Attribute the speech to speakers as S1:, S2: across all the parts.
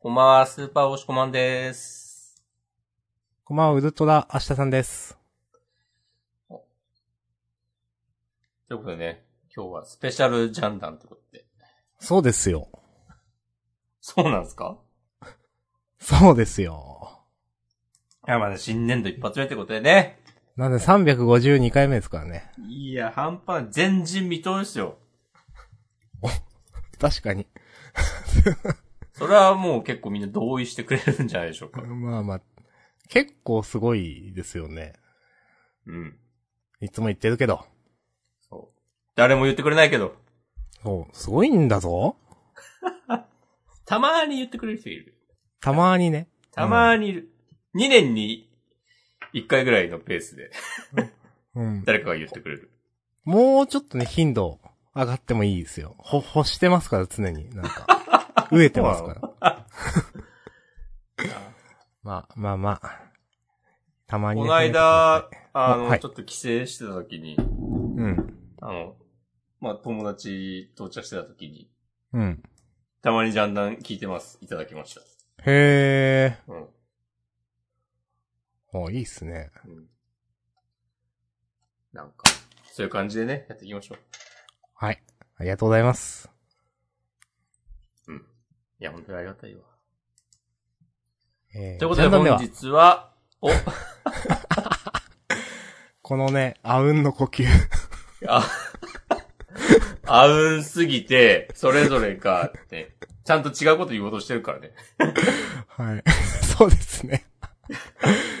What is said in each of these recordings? S1: こんばんは、スーパーおしこまんです。
S2: こんばんは、ウルトラ、明日さんです。
S1: ということでね、今日はスペシャルジャンダンってことで。
S2: そうですよ。
S1: そうなんですか
S2: そうですよ。
S1: いや、まあね、新年度一発目ってことでね。
S2: なんで352回目ですからね。
S1: いや、半端ない。前人未到ですよ。
S2: 確かに。
S1: それはもう結構みんな同意してくれるんじゃないでしょうか。
S2: まあまあ、結構すごいですよね。
S1: うん。
S2: いつも言ってるけど。
S1: そう。誰も言ってくれないけど、
S2: そう、すごいんだぞ。
S1: たまーに言ってくれる人いる。
S2: たまーにね。
S1: たまーにいる。2年に1回ぐらいのペースで
S2: うん。
S1: 誰かが言ってくれる。
S2: もうちょっとね、頻度上がってもいいですよ。ほ、干してますから、常に。なんか。飢えてますから。 まあ、まあまあ。たまに
S1: こ
S2: ね。
S1: の間、あの、
S2: はい
S1: ちょっと帰省してた時に、
S2: うん。
S1: あの、まあ、友達到着してた時に、
S2: うん。
S1: たまにジャンダン聞いてます。いただきまし
S2: へ
S1: た。うん。
S2: ー。お、いいっすね。
S1: うん、なんか、そういう感じでね、やっていきましょう。
S2: はい。ありがとうございます。
S1: いや、本当にありがたいわ。
S2: えー
S1: ということで、
S2: ジャンダン
S1: 本日は、お、
S2: このね、あうんの呼吸。
S1: あ、 あうんすぎて、それぞれかって、ちゃんと違うこと言おうとしてるからね。
S2: はい。 そうですね。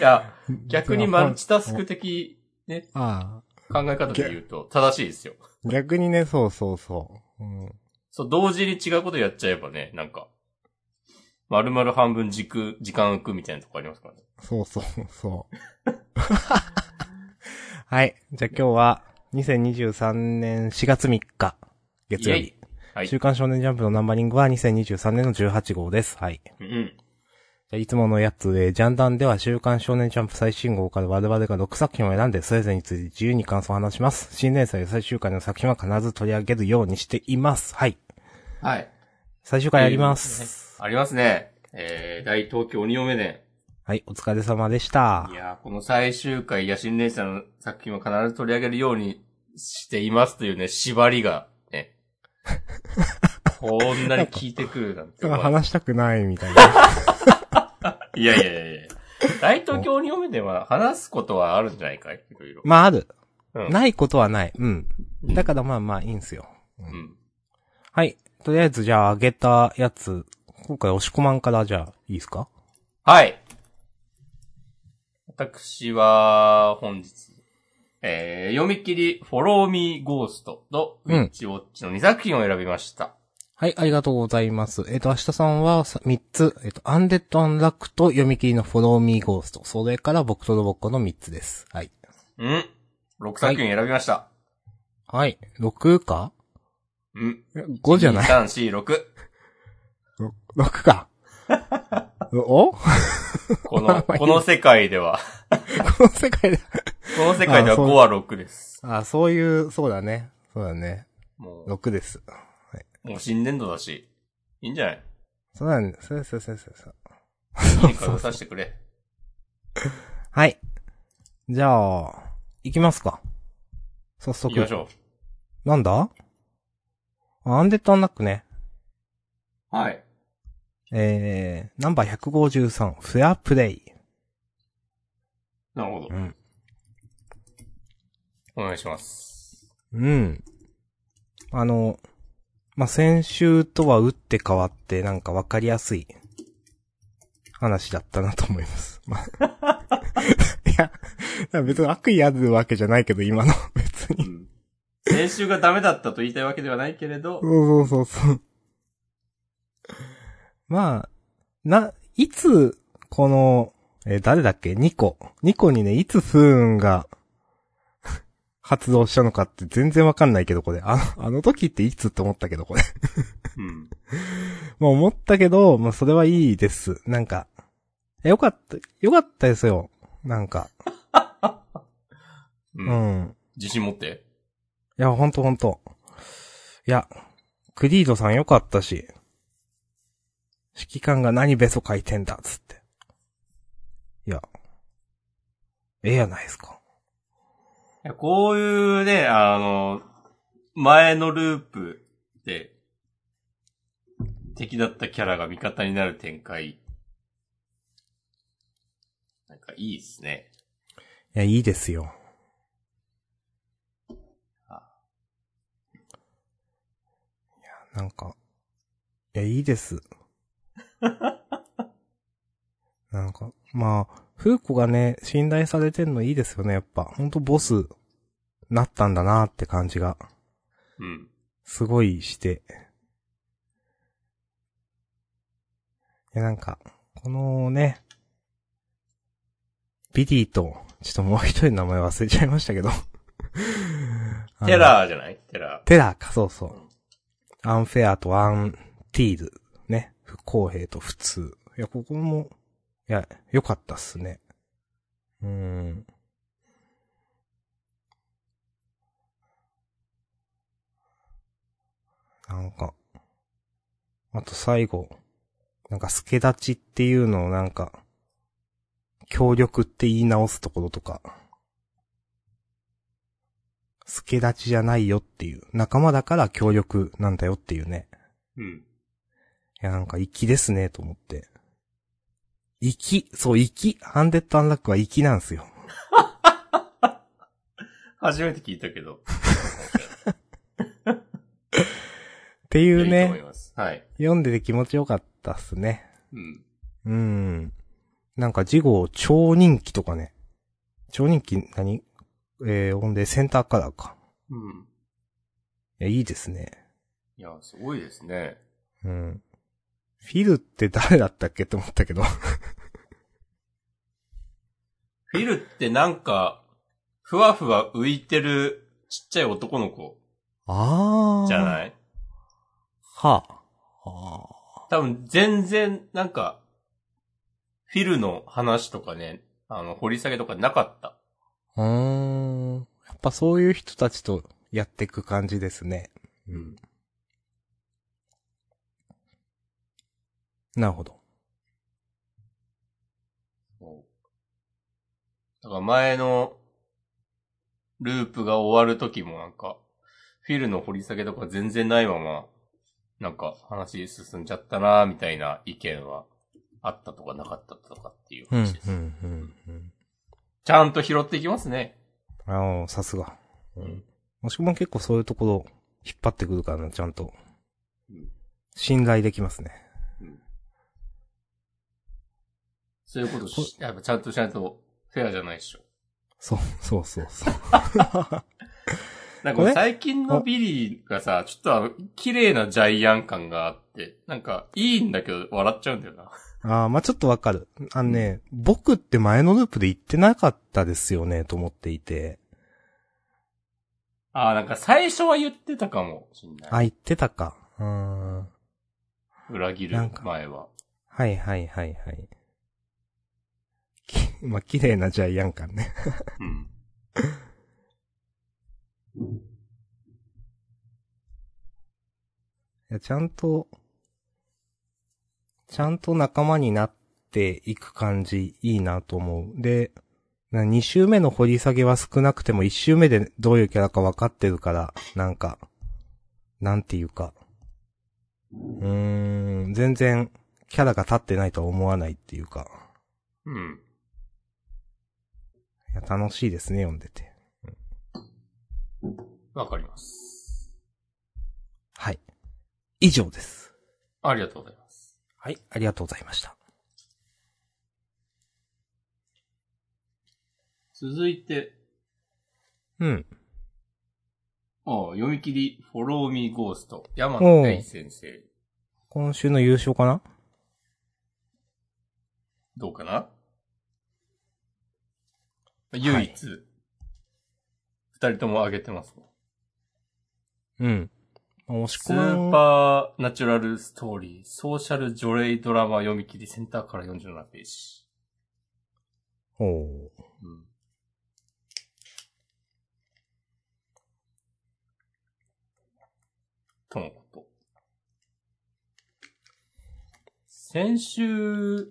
S1: いや、逆にマルチタスク的、ね、
S2: あ
S1: 考え方で言うと、正しいですよ。
S2: あ。逆にね、そうそうそう。うん。
S1: そう、同時に違うことやっちゃえばね、なんか、丸々半分軸、時間浮くみたいなとこありますからね。
S2: そうそうそう。 はい。じゃあ今日は、2023年4月3日、月曜
S1: イェイ
S2: 日。
S1: はい
S2: 週刊少年ジャンプのナンバリングは2023年の18号です。はい。
S1: うん。
S2: じゃあいつものやつで、ジャンダンでは週刊少年ジャンプ最新号から我々が6作品を選んで、それぞれについて自由に感想を話します。新連載最終回の作品は必ず取り上げるようにしています。はい。
S1: はい。
S2: 最終回やります。
S1: ありますね。えー、大東京鬼嫁伝。
S2: はい、お疲れ様でした
S1: い。やー、この最終回、野心連鎖の作品は必ず取り上げるようにしていますというね、縛りが、 ね。こんなに聞いてくるなん て。
S2: 話したくないみた いな。
S1: いやいやいやいや。大東京鬼嫁伝は話すことはあるんじゃないかいいろいろ。
S2: まあある。
S1: うん
S2: ないことはない。うん。だからまあまあいいんすよ。
S1: うん。
S2: はい。とりあえずじゃああげたやつ、今回押し込まんからじゃあいいですか
S1: はい。私は、本日、えー、読み切り、フォローミーゴーストと、ウ
S2: うん
S1: ィッチウォッチの2作品を選びました。
S2: はい、ありがとうございます。えっ、と、明日さんはさ3つ、えっ、と、アンデッド・アンラックと読み切りのフォロー・ミー・ゴースト、それから僕とロボッコの3つです。はい。
S1: うん。6作品選びました。
S2: はい、6か
S1: うん。
S2: ?5 じゃない
S1: ?3、4、6。
S2: ?6 か。おこ
S1: こ の、この世界では、
S2: の世界で。
S1: この世界では5
S2: あそう
S1: は6です。
S2: あ、そういう、そうだね。そうだね。
S1: も
S2: 6です。
S1: う、もう新年度だし、いいんじゃない
S2: そうだね。そうそうそうそうそう。
S1: いいからさせてくれ。
S2: はい。じゃあ、行きますか。早速。
S1: 行きましょ
S2: なんだあアンデッド・アンラックね。
S1: う。はい。
S2: えー、ナンバー153、フェアプレイ。
S1: なるほど
S2: う。ん。
S1: お願いします。
S2: うん。あの、まあ、先週とは打って変わって、なんかわかりやすい話だったなと思います。まあ、 いや、いや別に悪意あるわけじゃないけど、今の、別に。
S1: うん。先週がダメだったと言いたいわけではないけれど、
S2: そうそうそうそう。まあ、な、いつ、この、えー誰だっけニコ。ニコにね、いつスーンが、 発動したのかって全然わかんないけど、これ。あの、あの時っていつって思ったけど、これ。
S1: うん。
S2: まあ思ったけど、まあそれはいいです。なんか。えよかった、よかったですよ。なんか。
S1: う。
S2: うんん。
S1: 自信持って。
S2: いや、ほんとほんと。いや、クリードさんよかったし。指揮官が何ベソ書いてんだっつって。いや。ええやないですか。
S1: いやこういうね、あの、前のループで、敵だったキャラが味方になる展開。なんかいいですね。
S2: いや、いいですよ。い
S1: あ
S2: や、なんか、いや、いいです。なんか、まあ、フーコがね、信頼されてんのいいですよね、やっぱ。ほんとボス、なったんだなって感じが、
S1: うん。
S2: すごいして。いや、なんか、このね、ビディと、ちょっともう一人の名前忘れちゃいましたけど。あの
S1: テラーじゃないテラ
S2: テラーか、そうそう。アンフェアとアンティール、ね。不公平と普通。いや、ここも、いや、良かったっすね。うーん。なんか、あと最後、なんか、助立ちっていうのをなんか、協力って言い直すところとか、助立ちじゃないよっていう、仲間だから協力なんだよっていうね。
S1: ー。うん。
S2: いや、なんか、粋ですね、と思って。粋そう、粋ハンデッドアンラックは粋なんですよ。
S1: 初めて聞いたけど。
S2: っていう
S1: いやいいと思い
S2: ね、
S1: ます。はい。
S2: 読んでて気持ちよかったっすね。
S1: うん。
S2: うん。なんか、次号、超人気とかね。超人気何、えー、ほんで、センターカラーか。
S1: うん。
S2: いや、いいですね。
S1: いや、すごいですね。
S2: うん。フィルって誰だったっけって思ったけど。
S1: フィルってなんか、ふわふわ浮いてるちっちゃい男の子
S2: あ
S1: じゃ
S2: い。
S1: ない
S2: はあ。は
S1: 多分全然なんか、フィルの話とかね、あの、掘り下げとかなかった。
S2: あ。うーん。やっぱそういう人たちとやっていく感じですね。
S1: うん。
S2: なるほど。
S1: だから前のループが終わる時もなんか、フィルの掘り下げとか全然ないまま、なんか話進んじゃったなみたいな意見はあったとかなかったとかっていう話です。
S2: ん、うん。
S1: ちゃんと拾っていきますね。
S2: ああ、さすが。
S1: うん。
S2: もしくも結構そういうところ引っ張ってくるからな、ちゃんと
S1: うん。
S2: 信頼できますね。
S1: そういうことし、やっぱちゃんとしないとフェアじゃないでしょ。
S2: そう、そうそうそう。
S1: なん
S2: こ
S1: か
S2: れ
S1: 最近のビリーがさ、ちょっとあの、綺麗なジャイアン感があって、なんか、いいんだけど笑っちゃうんだよな。
S2: ああ、まあ、ちょっとわかる。あのね、僕って前のループで言ってなかったですよね、と思っていて。
S1: ああ、なんか最初は言ってたかもしんない。
S2: あ、言ってたか。うーん。
S1: 裏切る
S2: なんか
S1: 前は。
S2: はいはいはいはい。き まあ、綺麗なジャイアン感ね。
S1: うん。
S2: いや、ちゃんと、ちゃんと仲間になっていく感じ、いいなと思う。で、な2周目の掘り下げは少なくても1周目でどういうキャラか分かってるから、なんか、なんていうか。うーん、全然、キャラが立ってないとは思わないっていうか。
S1: うん。
S2: いや、楽しいですね、読んでて。
S1: わかります。
S2: はい。以上です。
S1: ありがとうございます。
S2: はい、ありがとうございました。
S1: 続いて、
S2: うん。
S1: ああ読み切り、フォローミーゴースト、山野大先生、
S2: 今週の優勝かな
S1: どうかな唯一、二、人とも上げてますね。
S2: うん。押し
S1: ス
S2: 込む
S1: ーパーナチュラルストーリー、ソーシャル除霊ドラマ読み切りセンターから47ページ。
S2: お
S1: う
S2: ー
S1: ん。とのこと。先週、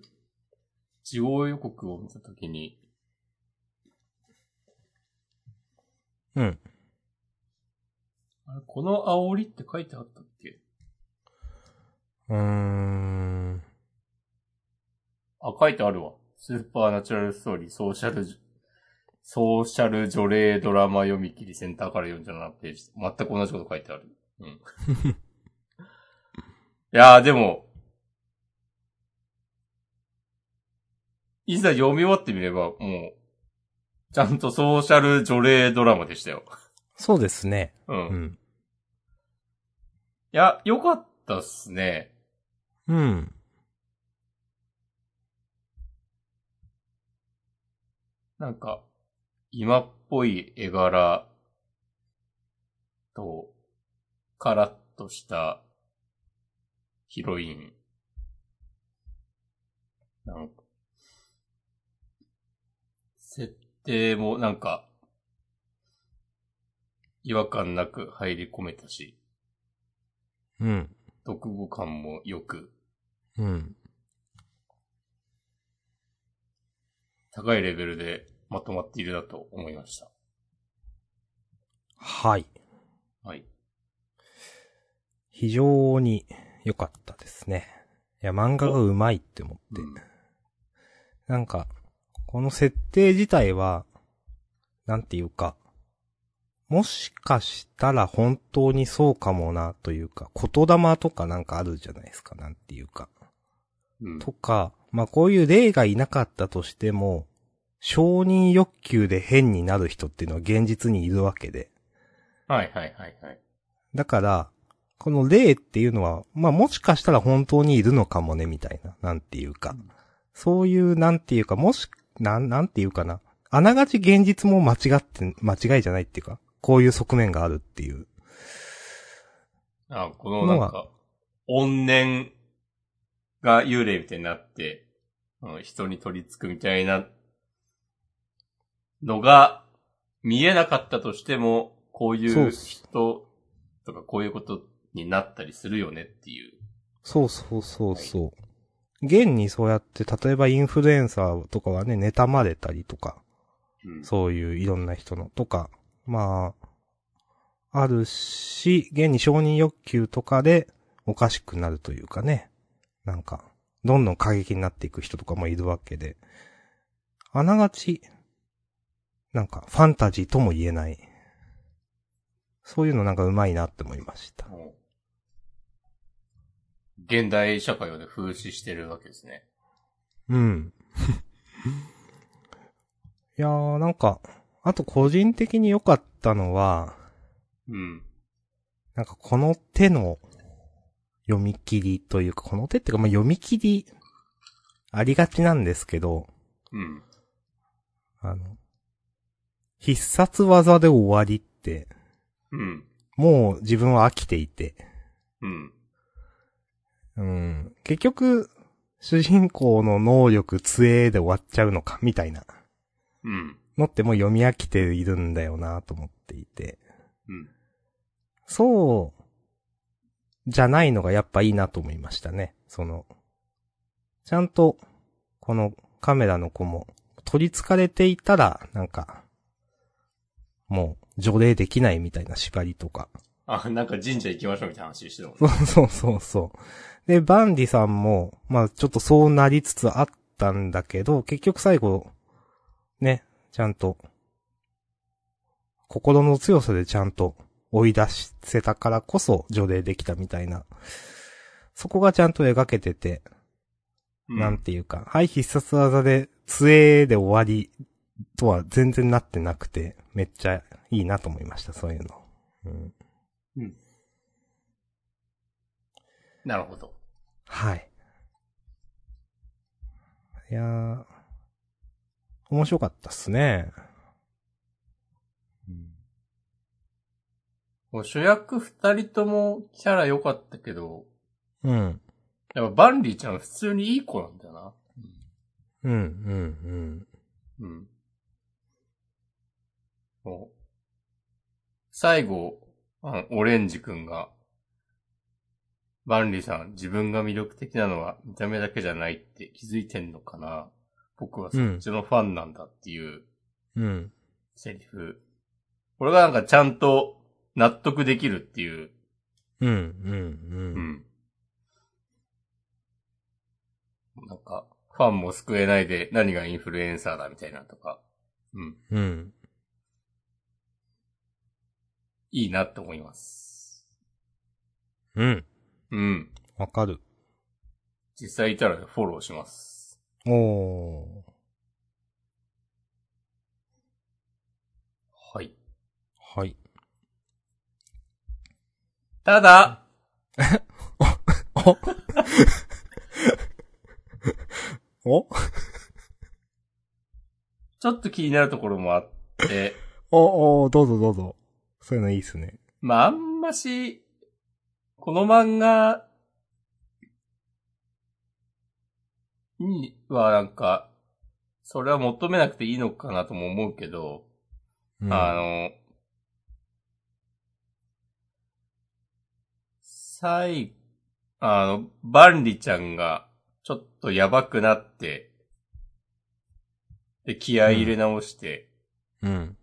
S1: 地方予告を見たときに、
S2: うん。
S1: あれ、この煽りって書いてあったっけ
S2: うーん。
S1: あ、書いてあるわ。スーパーナチュラルストーリー、ソーシャルジ、ソーシャル除霊ドラマ読み切りセンターから47ページ。全く同じこと書いてある。 うん。いやー、でも、いざ読み終わってみれば、もう、ちゃんとソーシャル除霊ドラマでしたよ。
S2: そうですね。
S1: うん。
S2: う
S1: い
S2: ん。
S1: や、よかったっすね。
S2: うん。
S1: なんか、今っぽい絵柄と、カラッとしたヒロイン。なんか、設定もなんか、違和感なく入り込めたし、
S2: うん。
S1: 読語感もよく、
S2: うん。
S1: 高いレベルでまとまっているなと思いました。
S2: はい。
S1: はい。
S2: 非常に良かったですね。いや、漫画がうまいって思って。
S1: うん
S2: なんか、この設定自体は、なんていうか、もしかしたら本当にそうかもなというか、言霊とかなんかあるじゃないですか、なんていうか。
S1: うん。
S2: とか、まあこういう例がいなかったとしても、承認欲求で変になる人っていうのは現実にいるわけで。
S1: はいはいはいはい。
S2: だから、この霊っていうのは、まあもしかしたら本当にいるのかもね、みたいな、なんていうか。そういう、なんていうか、もし、なん、なんていうかな。あながち現実も間違って、間違いじゃないっていうか、こういう側面があるっていう。
S1: あ、このなん
S2: の
S1: か、怨念が幽霊みたいになって、うん、人に取り付くみたいなのが見えなかったとしても、こうい
S2: そう
S1: う
S2: っす
S1: 人とかこういうことになったりするよねっていう。
S2: そうそうそうそう。現にそうやって、例えばインフルエンサーとかはね、妬まれたりとか、
S1: うん
S2: そういういろんな人のとか、まあ、あるし、現に承認欲求とかでおかしくなるというかね。なんか、どんどん過激になっていく人とかもいるわけで。あながち、なんかファンタジーとも言えない。そういうのなんかうまいなって思いました。
S1: もう現代社会をね、風刺してるわけですね。
S2: うん。 いやーなんか、あと個人的に良かったのは、
S1: うん。
S2: なんかこの手の読み切りというか、この手っていうか、まあ、読み切りありがちなんですけど、
S1: うん。
S2: あの、必殺技で終わりって、
S1: うん。
S2: もう自分は飽きていて、
S1: うん。
S2: うん、結局、主人公の能力杖で終わっちゃうのか、みたいな
S1: うん。
S2: のってもう読み飽きているんだよなと思っていて、
S1: うん。
S2: そう、じゃないのがやっぱいいなと思いましたね。その、ちゃんと、このカメラの子も、取り憑かれていたら、なんか、もう、除霊できないみたいな縛りとか。
S1: あ、なんか神社行きましょうみたいな話してたもんね
S2: そうそうそうそう。で、バンディさんも、まあちょっとそうなりつつあったんだけど、結局最後、ね、ちゃんと、心の強さでちゃんと追い出せたからこそ除霊できたみたいな。そこがちゃんと描けてて、
S1: うん
S2: なんていうか、はい、必殺技で、杖で終わりとは全然なってなくて、めっちゃいいなと思いました、そういうの。うん、
S1: なるほど。
S2: はい。いやー、面白かったっすね。
S1: もう主役二人ともキャラ良かったけど、
S2: うん。
S1: やっぱバンリーちゃん普通にいい子なんだよな。
S2: うん、うん、うん。
S1: うん。もう、最後、あのオレンジくんが、バンリさん、自分が魅力的なのは見た目だけじゃないって気づいてんのかな僕はそっちのファンなんだっていう
S2: うん。
S1: セリフ。これがなんかちゃんと納得できるっていう。
S2: うん、うん、
S1: う
S2: うん。
S1: ん。なんか、ファンも救えないで何がインフルエンサーだみたいなとか。うん。
S2: うん。
S1: いいなって思います。
S2: うん。
S1: うん。
S2: わかる。
S1: 実際いたらフォローします。
S2: おー。
S1: はい。
S2: はい。
S1: ただ、
S2: お
S1: ちょっと気になるところもあって、
S2: お、おどうぞどうぞ。そういうのいいっすね。
S1: まあ、あんまし、この漫画にはなんか、それは求めなくていいのかなとも思うけど、
S2: うん、
S1: あの、最、あの、バンリちゃんが、ちょっとやばくなって、で、気合い入れ直して、
S2: うん。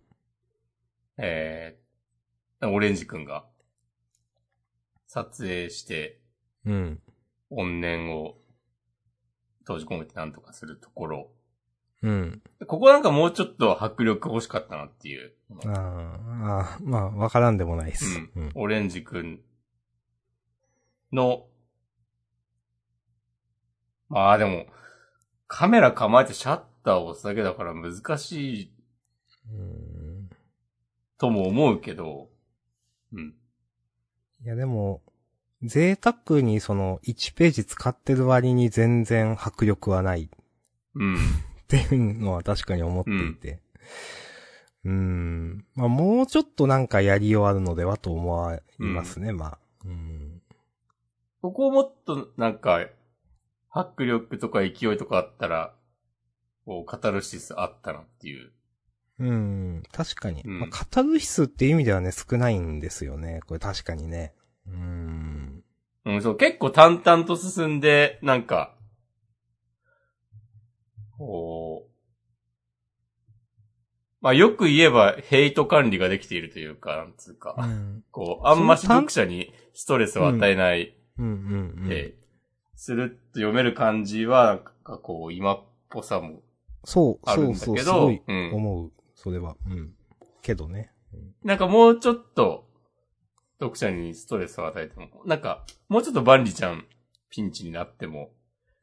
S1: えー、オレンジくんが、撮影して、
S2: うん。
S1: 怨念を閉じ込めてなんとかするところ。
S2: うん。
S1: ここなんかもうちょっと迫力欲しかったなっていう。
S2: あーあー、まあ、わからんでもないっす。
S1: う
S2: うんん。
S1: オレンジくんの、まあでも、カメラ構えてシャッターを押すだけだから難しい
S2: うん
S1: とも思うけど、うん。
S2: いや、でも、贅沢にその、1ページ使ってる割に全然迫力はない。
S1: うん。
S2: っていうのは確かに思っていて。うーん。まあ、もうちょっとなんかやりようあるのではと思いますね、まあ。うん。
S1: ここもっとなんか、迫力とか勢いとかあったら、こう、カタルシスあったなっていう。
S2: うん。確かに。
S1: うん
S2: まあ、カタルシスって意味ではね、少ないんですよね。これ確かにね。うーん。
S1: うん、そう、結構淡々と進んで、なんか、こう、まあよく言えばヘイト管理ができているというか、なんつう
S2: う
S1: か、
S2: ん。
S1: こう、あんまし読者にストレスを与えない
S2: うんうんうん。
S1: で、するっと読める感じは、なんかこう、今っぽさも
S2: そう、
S1: あ
S2: そ
S1: る
S2: うん
S1: だ
S2: そう、
S1: け
S2: す
S1: ど、
S2: ご
S1: う
S2: い
S1: ん。
S2: 思う。それは。うん。けどね。
S1: なんかもうちょっと、読者にストレスを与えても、なんか、もうちょっと万里ちゃんピンチになっても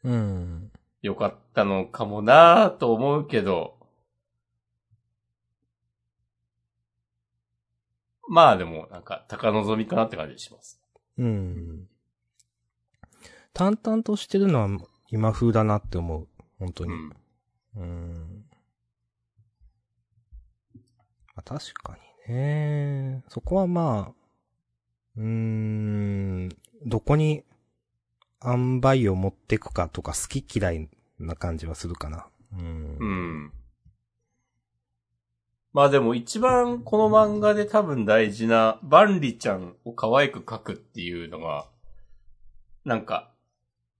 S2: うん。
S1: よかったのかもなぁと思うけど、まあでも、なんか、高望みかなって感じします。
S2: うん。淡々としてるのは今風だなって思う。本当
S1: う
S2: に。
S1: ん。
S2: うん。まあ、確かにね。そこはまあ、うーん、どこに塩梅を持ってくかとか好き嫌いな感じはするかな。うん。
S1: うん。まあでも一番この漫画で多分大事な、万里ちゃんを可愛く描くっていうのが、なんか、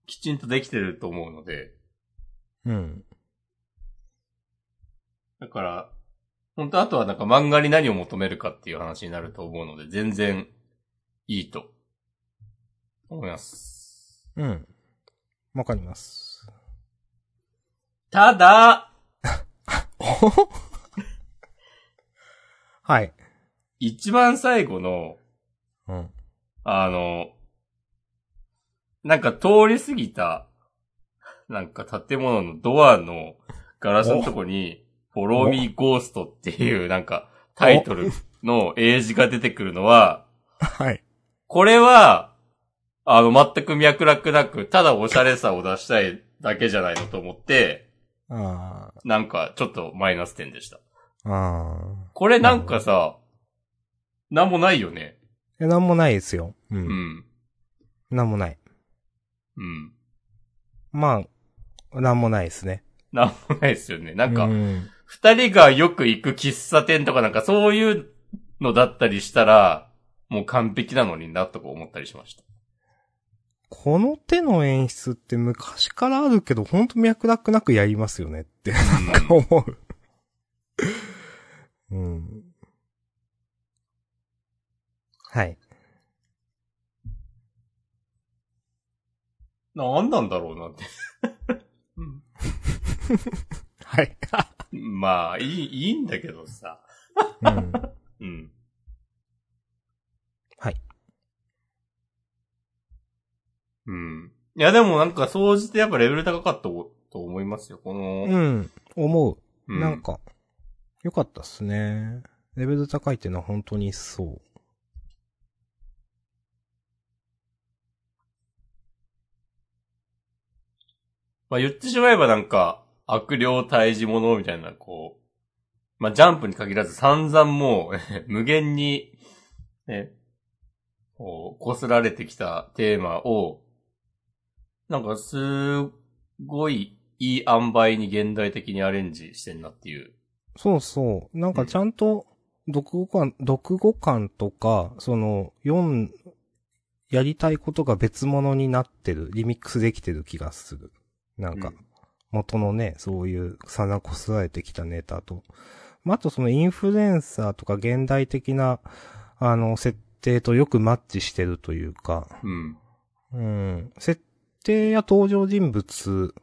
S1: きちんとできてると思うので、
S2: うん。
S1: だから、本当あとはなんか漫画に何を求めるかっていう話になると思うので、全然いいと思います。
S2: うん。わかります。
S1: ただ、
S2: はい。
S1: 一番最後の、
S2: うん。
S1: あの、なんか通り過ぎた、なんか建物のドアのガラスのとこに、フォローミーゴーストっていうなんかタイトルの英字が出てくるのは、
S2: はい。
S1: これは、あの、全く脈絡なく、ただおしゃれさを出したいだけじゃないのと思って、
S2: あ
S1: なんか、ちょっとマイナス点でした。
S2: あ。ああ。
S1: これなんかさ、なんもないよね。
S2: いや、なんもないですよ。う。
S1: うんん。
S2: なんもない。
S1: うん。
S2: まあ、なんもないですね。
S1: なんもないですよね。なんか
S2: う、ん。
S1: 二人がよく行く喫茶店とかなんかそういうのだったりしたら、もう完璧なのになとか思ったりしました。
S2: この手の演出って昔からあるけど、ほんと脈絡なくやりますよねって、 なんか思う。うん。はい。
S1: なんなんだろうなって。うん
S2: はい。
S1: まあ、いい、いいんだけどさ。
S2: うん。
S1: うん。
S2: はい。
S1: うん。いや、でもなんか、総じてやっぱレベル高かったと思いますよ。こ
S2: う
S1: の、
S2: ん。思
S1: う
S2: う。なん。か、良かったっすね。レベル高いってのは本当にそう。
S1: まあ言ってしまえばなんか、悪霊退治者みたいな、こう、まあジャンプに限らず散々もう、 無限に、ね、こう、擦られてきたテーマを、なんかすごいいい塩梅に現代的にアレンジしてんなっていう。
S2: そうそう。なんかちゃんと、読語感、読語感とか、その、読ん、やりたいことが別物になってる、リミックスできてる気がする。なんか
S1: う、
S2: 元のね、そういう、さなこすられてきたネタと。まあ、あとそのインフルエンサーとか現代的な、あの、設定とよくマッチしてるというか、
S1: うん。
S2: うん。設定や登場人物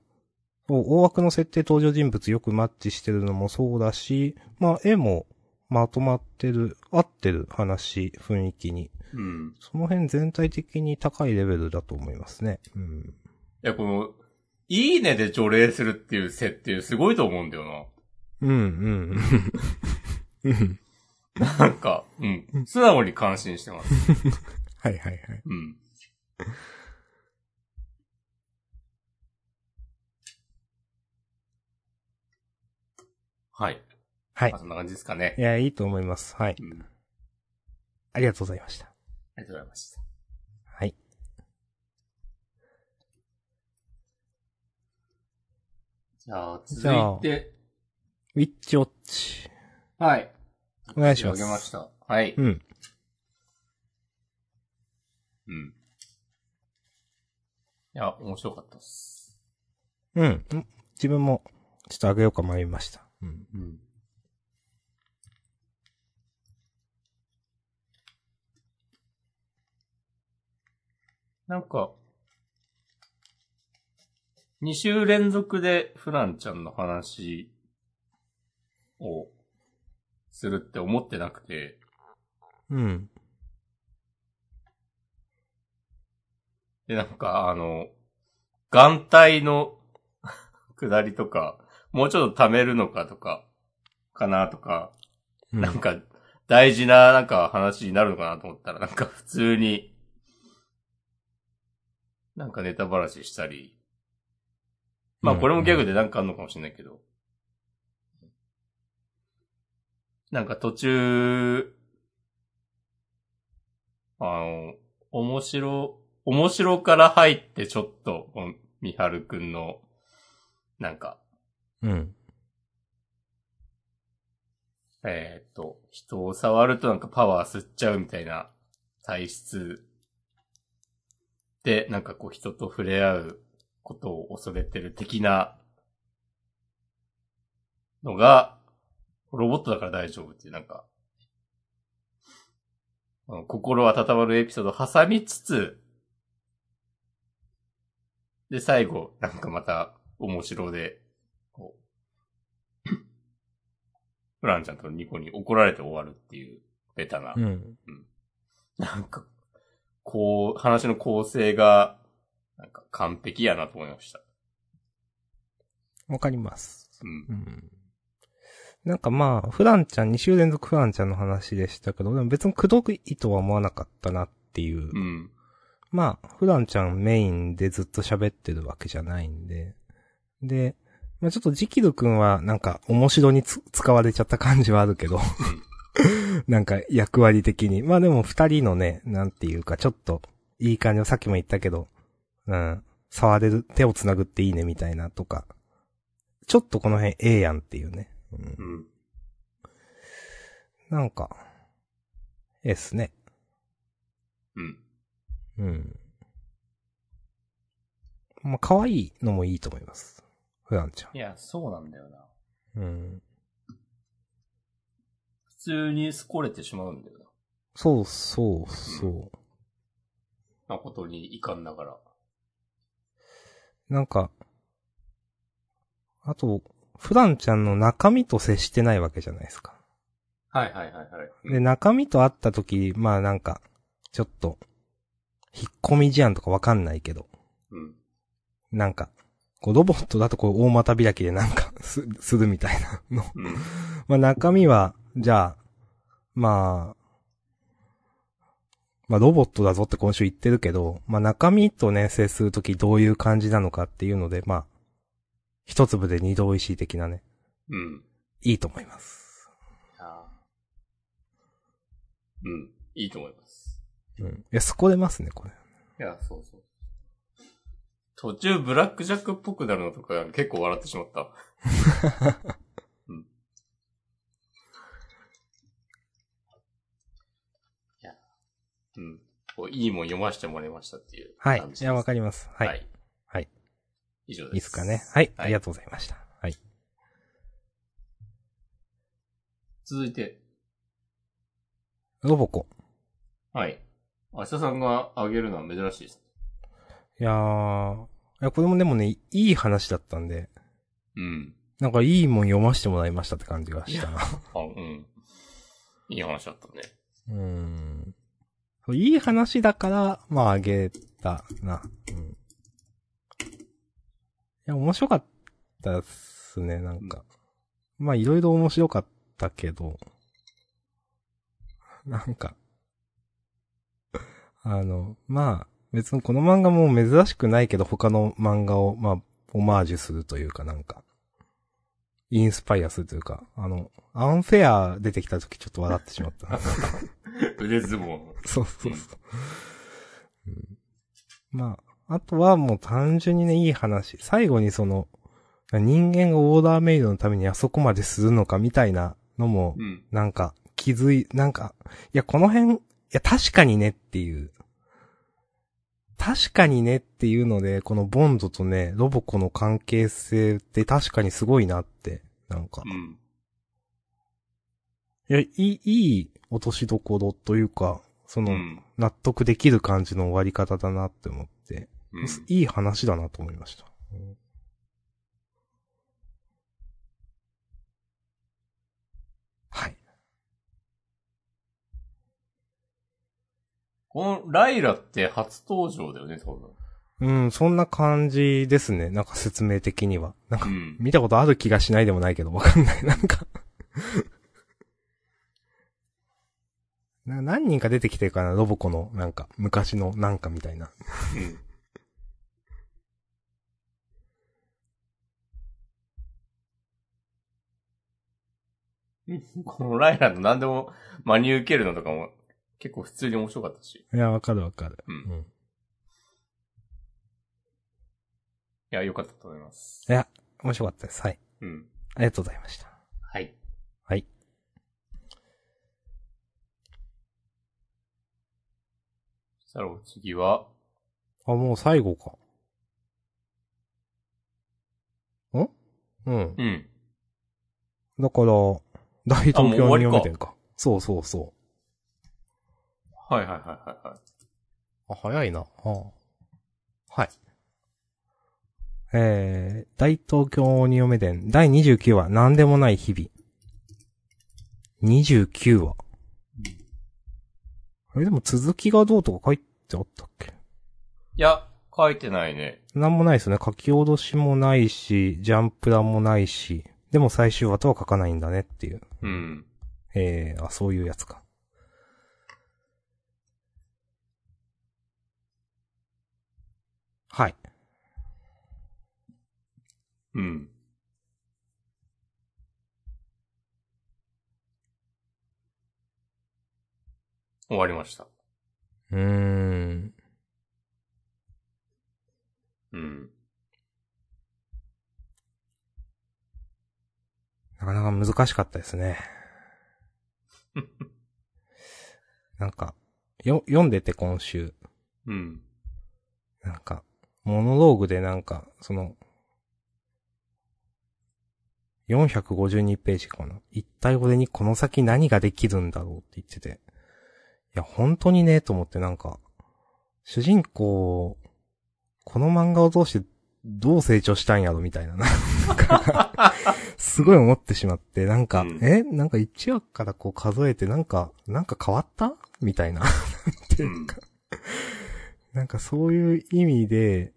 S2: を、大枠の設定登場人物よくマッチしてるのもそうだし、まあ絵もまとまってる、合ってる話、雰囲気に。
S1: うん。
S2: その辺全体的に高いレベルだと思いますね。うん。
S1: いや、この、いいねで除霊するっていう設定すごいと思うんだよ
S2: うんうんうん。うん。
S1: な。なんか、うん。素直に感心してます。
S2: はいはいはい。
S1: うん。はい。
S2: はい
S1: まあ、。そんな感じですかね
S2: い。や、いいと思います。はい。
S1: うん。あ
S2: ありがとうございました。
S1: りがとうございました。
S2: はい。
S1: じゃあ、
S2: じゃあ
S1: 続いて、
S2: ウィッチウォッチ。
S1: はい。
S2: お願いします
S1: あげました。はい。
S2: うん。
S1: うん。いや、面白かったっす。
S2: うん。自分も、ちょっとあげようか迷いました。うん。
S1: うん。なんか、2週連続でフランちゃんの話をするって思ってなくて、
S2: うん。
S1: で、なんかあの、眼帯の 下りとか、もうちょっと貯めるのかとか、かなとか、
S2: う
S1: なんか、大事な、なんか話になるのかなと思ったら、なんか普通に、なんかネタばらししたり。まあこれもギャグでなんかあんのかもしれないけど。なんか途中、あの、面白、面白から入ってちょっと、このみはるくんの、なんか、
S2: うん。
S1: えーっと、人を触るとなんかパワー吸っちゃうみたいな体質で、なんかこう人と触れ合うことを恐れてる的なのが、ロボットだから大丈夫っていう、なんか、あの心温まるエピソードを挟みつつ、で、最後、なんかまた、面白で、こう、フランちゃんとニコに怒られて終わるっていう、ベタな。
S2: うん。
S1: なんか、こう、話の構成が、なんか完璧やなと思いました。
S2: わかります。
S1: うん。
S2: うん。なんかまあ、フランちゃん、2週連続フランちゃんの話でしたけど、でも別にくどいとは思わなかったなっていう。
S1: うん。
S2: まあ、フランちゃんメインでずっと喋ってるわけじゃないんで。で、まあちょっとジキル君はなんか面白につ使われちゃった感じはあるけど。 なんか役割的に。まあでも二人のね、なんていうかちょっといい感じのさっきも言ったけど、うん、触れる、手を繋ぐっていいねみたいなとか。ちょっとこの辺ええやんっていうね。うん
S1: う、ん。
S2: なんか、ええっすね。
S1: うん。
S2: うん。まあ、可愛いのもいいと思います。普段ちゃん。
S1: いや、そうなんだよな。
S2: うん。
S1: 普通に好かれてしまうんだよな。
S2: そうそうそう。
S1: 誠に遺憾ながら。
S2: なんか、あと、普段ちゃんの中身と接してないわけじゃないですか。
S1: はいはいはいはい。
S2: で、中身と会った時、まあなんか、ちょっと、引っ込み思案とかわかんないけど、
S1: うん。
S2: なんか、こうロボットだとこう大股開きでなんかす、するみたいなの。
S1: うん。
S2: まあ中身は、じゃあ、まあ、まあロボットだぞって今週言ってるけど、まあ中身とね、接するときどういう感じなのかっていうので、まあ、一粒で二度美味しい的なね、
S1: うん。
S2: いいと思います。
S1: あーうん。いいと思います。
S2: うん。いや、そこれますね、これ。
S1: いや、そうそう。途中ブラックジャックっぽくなるのとか結構笑ってしま った。うん、いや、うん。こういいもん読ませてもらいましたっていう
S2: はい
S1: 感じ。です。
S2: いや、わかります。はい。い、はい。
S1: 以上です。
S2: いですかね。はい。
S1: はい
S2: ありがとうございました。はい。
S1: 続いて、
S2: ロボコ。
S1: はい。明日さんがあげるのは珍しいです。
S2: いやー、いや、これもでもね、いい話だったんで、
S1: うん。
S2: なんかいいもん読ませてもらいましたって感じがしたな。
S1: あ、うん。いい話だったね。
S2: うーん。いい話だから、まあ、あげたな。うん。いや、面白かったっすね、なんか。まあ、いろいろ面白かったけど、なんか、あの、まあ、別にこの漫画も珍しくないけど、他の漫画を、まあ、オマージュするというか、なんか、インスパイアするというか、あの、アンフェア出てきた時ちょっと笑ってしまった。
S1: 腕相撲の。
S2: そうそうそう。うん、まあ、あとはもう単純にね、いい話。最後にその、人間がオーダーメイドのためにあそこまでするのかみたいなのも、
S1: うん。
S2: なんか気づい、なんか、いや、この辺、いや、確かにねっていう。確かにねっていうので、このボンドとね、ロボコの関係性って確かにすごいなって、なんか。
S1: うん。
S2: いや、いい、いい落としどころというか、そうの、
S1: ん。
S2: 納得できる感じの終わり方だなって思って、
S1: うん
S2: いい話だなと思いました。はい。
S1: この、ライラって初登場だよね、多分。
S2: うん、そんな感じですね。なんか説明的には。なんか、
S1: ん。
S2: 見たことある気がしないでもないけど、わかんない。なんか な。何人か出てきてるかな、ロボコの、なんか、昔のなんかみたいな。
S1: うんこのライラの何でも真に受けるのとかも結構普通に面白かったし。
S2: いや、わかるわかる。
S1: うん。い
S2: うん。
S1: や、良かったと思います。
S2: いや、面白かったです。はい。
S1: うん。
S2: ありがとうございました。
S1: はい。
S2: はい。
S1: そしたらお次は、
S2: あ、もう最後か。んうん。
S1: うん。
S2: だから、大東京に
S1: あもう終わり
S2: 読
S1: か
S2: めてるか。そうそうそ
S1: はいはいはいはいは
S2: う。あ、早いな。はあ、はい。えー、大東京に読めてん。第29話、なんでもない日々。29話。あれでも続きがどうとか書いてあったっけ
S1: い。いや、書いてないね。
S2: なんもないですよね。書き下ろしもないし、ジャンプラもないし、でも最終話とは書かないんだねっていう。
S1: うん。
S2: えー、あ、そういうやつか。はい。
S1: うん。終わりました。
S2: うーん。
S1: うん。
S2: なかなか難しかったですね。なんか、よ、読んでて今週、
S1: うん。
S2: なんか、モノローグでなんか、その、452ページかな。一体俺にこの先何ができるんだろうって言ってて。いや、本当にね、と思ってなんか、主人公、この漫画を通してどう成長したんやろみたいな、なんかすごい思ってしまって、なんか、
S1: うん
S2: えなんか1話からこう数えて、なんか、なんか変わったみたいな。
S1: うん。
S2: なんかそういう意味で、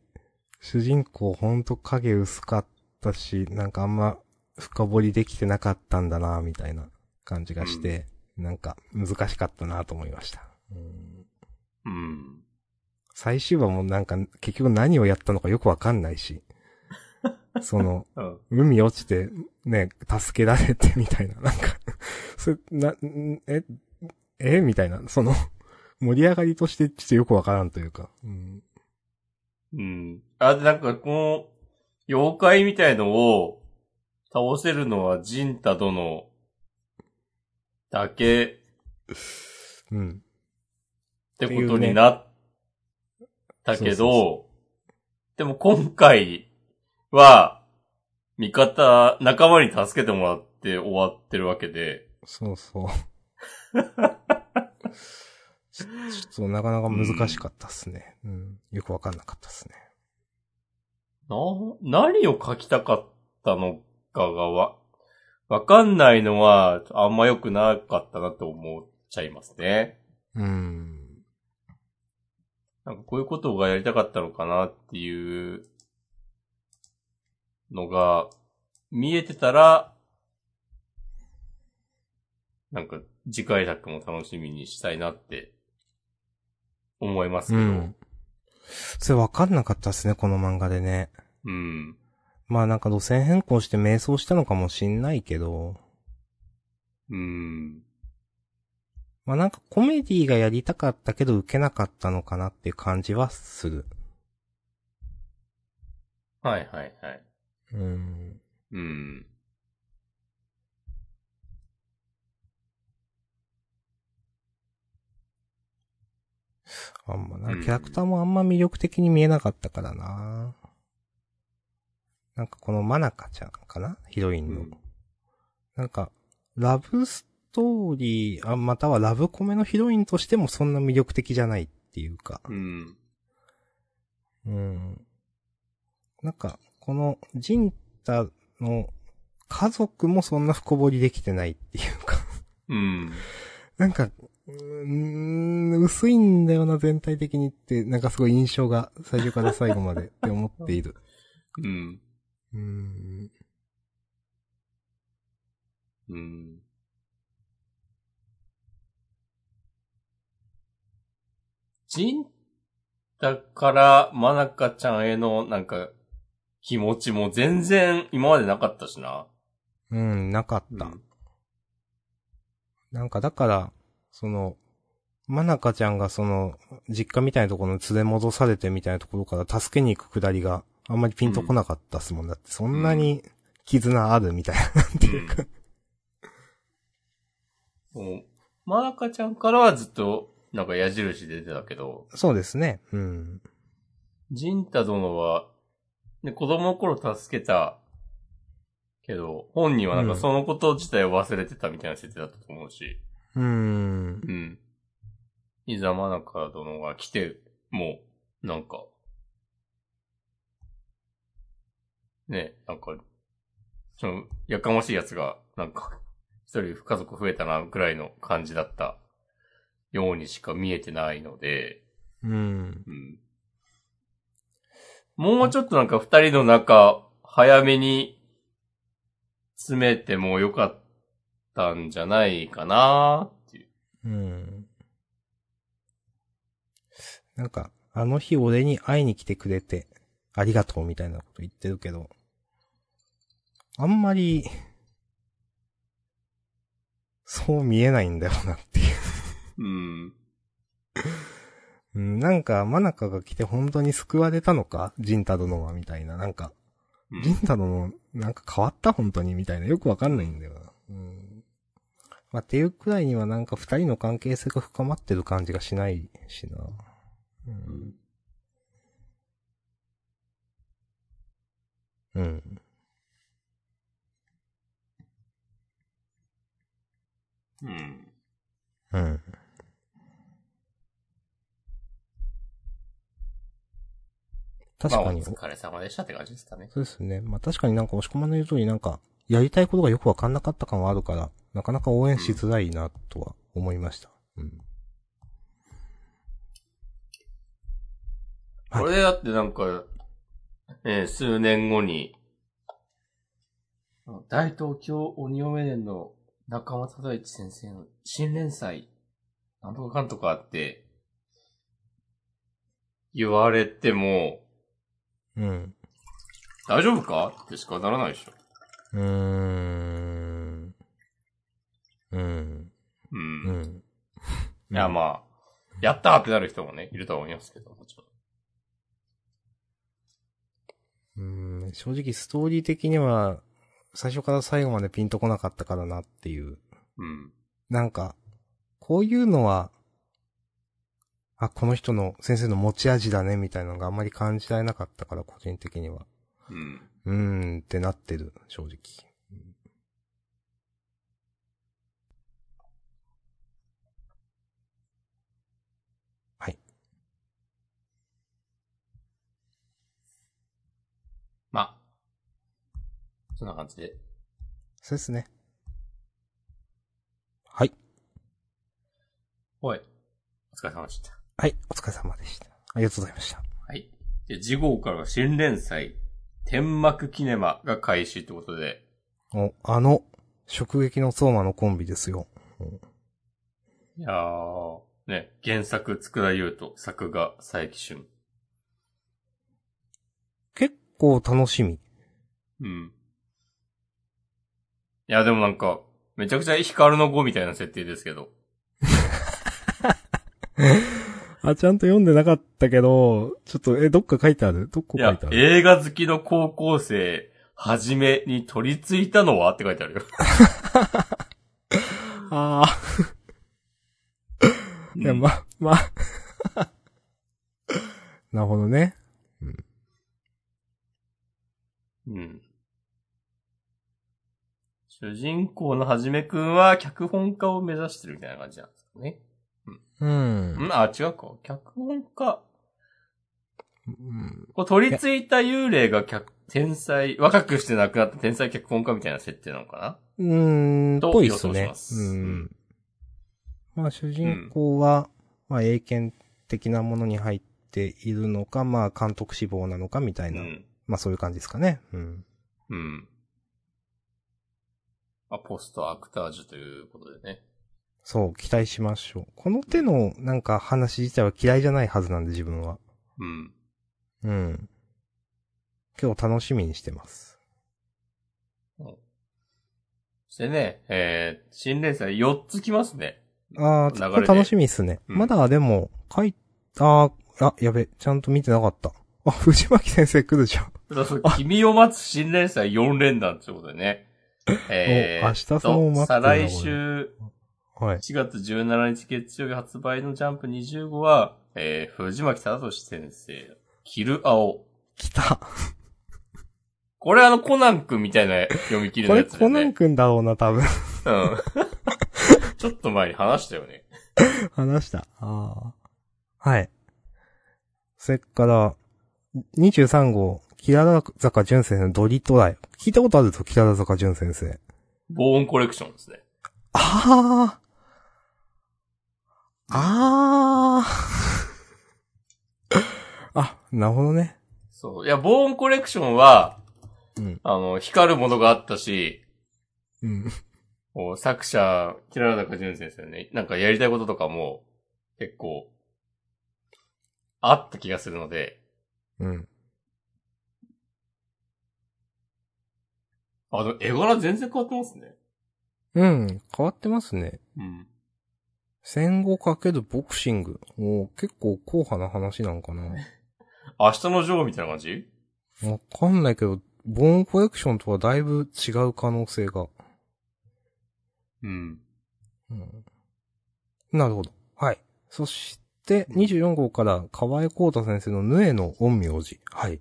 S2: 主人公ほんと影薄かったし、なんかあんま深掘りできてなかったんだな、みたいな感じがして、なんか難しかったなと思いました。
S1: う
S2: うん
S1: ん。
S2: 最終話もなんか結局何をやったのかよくわかんないし、その、
S1: うん。
S2: 海落ちて、ね、助けられてみたいな、なんか、 それ、な、んえ、えみたいな、その、盛り上がりとしてちょっとよくわからんというか。うん。
S1: うん。あ、でなんか、この、妖怪みたいのを倒せるのはジンタ殿だけっ
S2: うん。
S1: てこ
S2: ってい
S1: と
S2: うね
S1: になったけ
S2: そうそう
S1: ど、でも今回は、味方、仲間に助けてもらって終わってるわけで、
S2: そう そう。ちょちょっとなかなか難しかったっすね。うん。よくわかんなかったっすね。
S1: な、何を書きたかったのかがわ、わかんないのは、あんま良くなかったなと思っちゃいますね。
S2: うん。
S1: なんかこういうことがやりたかったのかなっていうのが見えてたら、なんか次回作も楽しみにしたいなって思います
S2: う
S1: けど。
S2: ん。それわかんなかったっすね、この漫画でね。
S1: うん。
S2: まあなんか路線変更して迷走したのかもしんないけど、
S1: うん。
S2: まあなんかコメディがやりたかったけど受けなかったのかなっていう感じはする。
S1: はいはいはい。
S2: うん。
S1: うん。
S2: あんまな、
S1: うん
S2: キャラクターもあんま魅力的に見えなかったからな。なんかこのマナカちゃんかなヒロインの。
S1: うん
S2: なんか、ラブストーリー、あ、またはラブコメのヒロインとしてもそんな魅力的じゃないっていうか。
S1: うん。
S2: うん。なんか、この、ジンタの家族もそんな深掘りできてないっていうか。
S1: うん。
S2: なんか、うーん、薄いんだよな、全体的にって、なんかすごい印象が最初から最後までって思っている。
S1: うん。
S2: うーん。
S1: うん。ジンタからマナカちゃんへのなんか気持ちも全然今までなかったしな。
S2: うん、なかった。なんかだから、その、まなかちゃんがその、実家みたいなところに連れ戻されてみたいなところから助けに行くくだりがあんまりピンとこなかったっすもんだって、そんなに絆あるみたいな、なんていうか。
S1: もうマナカちゃんからはずっとなんか矢印出てたけど、
S2: そうですね。うん。
S1: ジンタ殿は、ね、子供の頃助けたけど、本人はなんかそのこと自体を忘れてたみたいな設定だったと思うし。
S2: うーん。
S1: うん。いざまなか殿が来て、もう、なんか、ね、なんか、その、やかましい奴が、なんか、一人家族増えたな、ぐらいの感じだったようにしか見えてないので、
S2: うん。
S1: うん。もうちょっとなんか二人の中、早めに、詰めてもよかったんじゃないかなっていう。
S2: うん。なんか、あの日俺に会いに来てくれて、ありがとうみたいなこと言ってるけど、あんまり、そう見えないんだよなっていう。
S1: うん。
S2: うん、なんか、マナカが来て本当に救われたのかジンタ殿はみたいな。なんか、
S1: うん
S2: ジンタ殿、なんか変わった本当にみたいな。よくわかんないんだよな。うん。まあ、っていうくらいにはなんか二人の関係性が深まってる感じがしないしな。うん。うん。
S1: うん。
S2: うん。確
S1: まあ、
S2: か
S1: お
S2: に、
S1: 疲れ様でしたって感じですかね。
S2: そうですね。まあ確かになんか押し込まないとになんか、やりたいことがよくわかんなかった感はあるから、なかなか応援しづらいなとは思いました。うん。はい
S1: これだってなんか、えー数年後に、大東京鬼嫁伝の中間忠一先生の新連載、なんとかかんとかって、言われても、
S2: うん。
S1: 大丈夫かってしかならないでしょ。
S2: うーん。う
S1: う。
S2: ん。うんん。
S1: いや、まあ、やったーってなる人もね、いるとは思いますけど、もちろん。
S2: うん、正直ストーリー的には、最初から最後までピンとこなかったからなっていう。
S1: うん。
S2: なんか、こういうのは、あ、この人の先生の持ち味だねみたいなのがあんまり感じられなかったから、個人的には。
S1: うん。
S2: うーんってなってる、正直。
S1: まあ、そんな感じで。
S2: そうですね。はい。
S1: おい、お疲れ様でした。
S2: はい、お疲れ様でした。ありがとうございました。
S1: はい。で、次号からは新連載、天幕キネマが開始ってことで、
S2: お、あの、直撃の相馬のコンビですよ。
S1: いやー、ね、原作、佃優と作画、佐伯俊。
S2: 結構楽しみ。
S1: うん。いや、でもなんか、めちゃくちゃ光の語みたいな設定ですけど。
S2: あ、ちゃんと読んでなかったけど、ちょっと、え、どっか書いてあるどこ
S1: いや、映画好きの高校生、はじめに取り付いたのはって書いてあるよ。
S2: ああ。いや、ま、ま。 なるほどね。
S1: うん。主人公のはじめくんは脚本家を目指してるみたいな感じなんですかね。
S2: うん。
S1: んあ、違うか。脚本家。
S2: うん
S1: こう取り付いた幽霊が脚、天才、若くして亡くなった天才脚本家みたいな設定なのか
S2: うーん、
S1: と
S2: ぽいっす
S1: 予想し
S2: ね
S1: ま。す
S2: うん。まあ、主人公は、まあ、英検的なものに入っているのか、まあ、監督志望なのかみた
S1: ない
S2: な、
S1: うん。
S2: まあ、そういう感じですかね。うん。
S1: うん。まあ、ポストアクタージュということでね。
S2: そう、期待しましょう。この手の、なんか、話自体は嫌いじゃないはずなんで、自分は。
S1: うん。
S2: うん。今日楽しみにしてます。
S1: そしてね、えー、新連載4つ来ますね。
S2: ああ、
S1: 流
S2: ちょ
S1: れ
S2: っ
S1: で
S2: と楽しみですね。
S1: うん
S2: まだでも、書い、ああ、あ、やべ、ちゃんと見てなかった。あ、藤巻先生来るじゃん。
S1: そうそう、君を待つ新連載4連弾ということでね。えー、
S2: お明日さんを待って
S1: 再
S2: るな
S1: 来週、
S2: はい。
S1: 4月17日月曜日発売のジャンプ20号は、えー、藤巻忠俊先生、キル青。
S2: 来た。
S1: これあの、コナン君みたいな読み切りの
S2: これ
S1: やつだ
S2: コ
S1: よ
S2: ナン
S1: ね。
S2: 君だろうな、多分。
S1: うん。 ちょっと前に話したよね。
S2: 話した。ああ。はい。それから、23号、キララ坂淳先生のドリトライ。聞いたことあるぞ、キララ坂淳先生。
S1: ボーンコレクションですね。
S2: ああ。ああ。 あ、なるほどね。
S1: そう。いや、ボーンコレクションは、
S2: うん。
S1: あの、光るものがあったし、
S2: うん。
S1: こう作者、キララダカジュン先生ね、なんかやりたいこととかも、結構、あった気がするので、
S2: うん。
S1: あ、でも絵柄全然変わってますね。
S2: うん。変わってますね。
S1: うん。
S2: 戦後かけるボクシング。もう結構硬派な話なんかな。
S1: 明日のジョーみたいな感じ
S2: わかんないけど、ボーンコレクションとはだいぶ違う可能性が。
S1: うん。
S2: うん、なるほど。はい。そして、24号から河合光太先生のヌエの陰陽師。はい。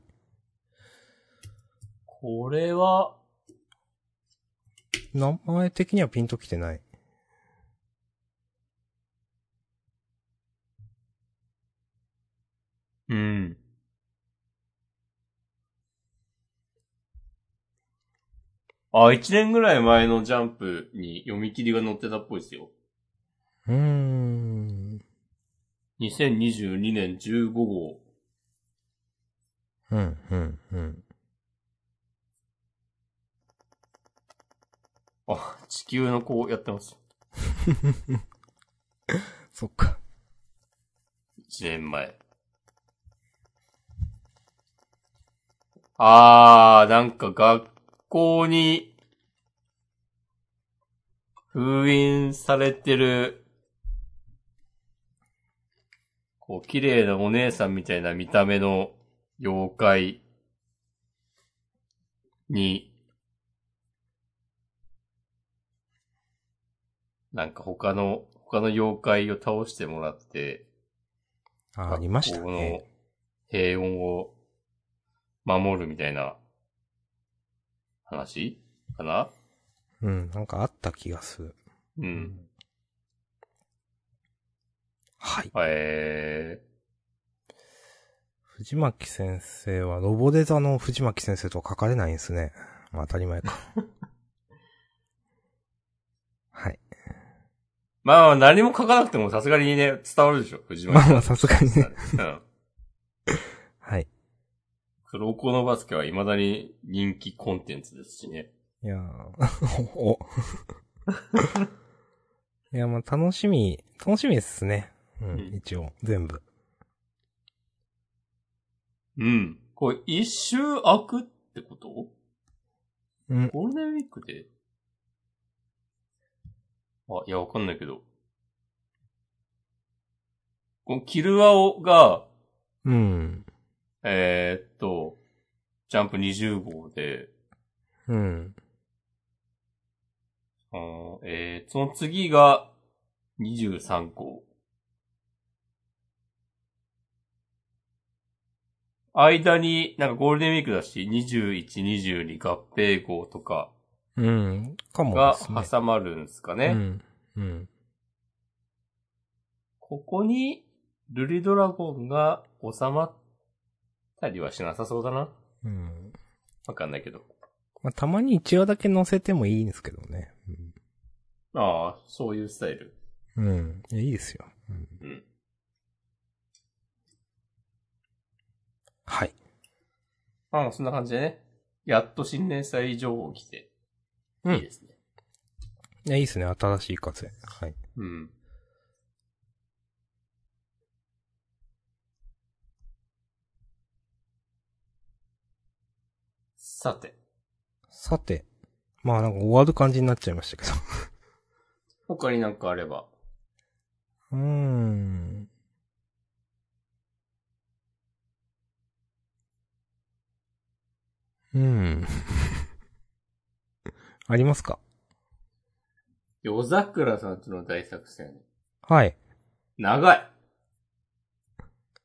S1: これは、
S2: 名前的にはピンときてない。
S1: うん。あ、一年ぐらい前のジャンプに読み切りが載ってたっぽいですよ。
S2: うーん。
S1: 2022年15号。
S2: うん、うん、うん。
S1: あ、地球の子やってます。
S2: そっか。
S1: 一年前。あー、なんか学校に封印されてる、こう、綺麗なお姉さんみたいな見た目の妖怪に、なんか他の、他の妖怪を倒してもらって、
S2: あ、ありました
S1: 学校の
S2: ね。
S1: 平穏を守るみたいな話かな
S2: うん、なんかあった気がする。
S1: うん。
S2: はい。
S1: え
S2: 藤巻先生は、ロボデザの藤巻先生とは書かれないんですね。まあ当たり前 か。はい。
S1: ー、まあ何も書かなくてもさすがにね、伝わるでしょ、藤巻
S2: まあまあさすがにね。
S1: うん。
S2: はい。
S1: 黒子のバスケは未だに人気コンテンツですしね。
S2: いやー お。いや、まあ楽しみ、楽しみですね。う
S1: うん
S2: ん、一応、全部。
S1: うん。これ一周開くってこと
S2: うん。
S1: ゴールデンウィークであ、いや、わかんないけど。このキルアオが、
S2: うん。
S1: えーっと、ジャンプ20号で、
S2: うん。
S1: うんえー、その次が23号。間に、なんかゴールデンウィークだし、21、22合併号とか
S2: うん。かも
S1: が
S2: ですね。
S1: 挟まるんですかね。
S2: うん。うん。
S1: ここに、ルリドラゴンが収まったりはしなさそうだな。
S2: うん。
S1: わかんないけど。
S2: まあたまに一話だけ載せてもいいんですけどね。
S1: ああ、そういうスタイル。
S2: うん。うんいやいいですよ。うん
S1: うん。
S2: はい。
S1: ああ、そんな感じでね。やっと新年祭情報来て。
S2: うん
S1: いいですね。
S2: いや、いいですね。新しい風。はい。
S1: うん。さて、
S2: さて。まあなんか終わる感じになっちゃいましたけど。
S1: 他になんかあれば。
S2: うーん。うん。 ありますか
S1: 夜桜さんとの大作戦。
S2: はい。
S1: 長い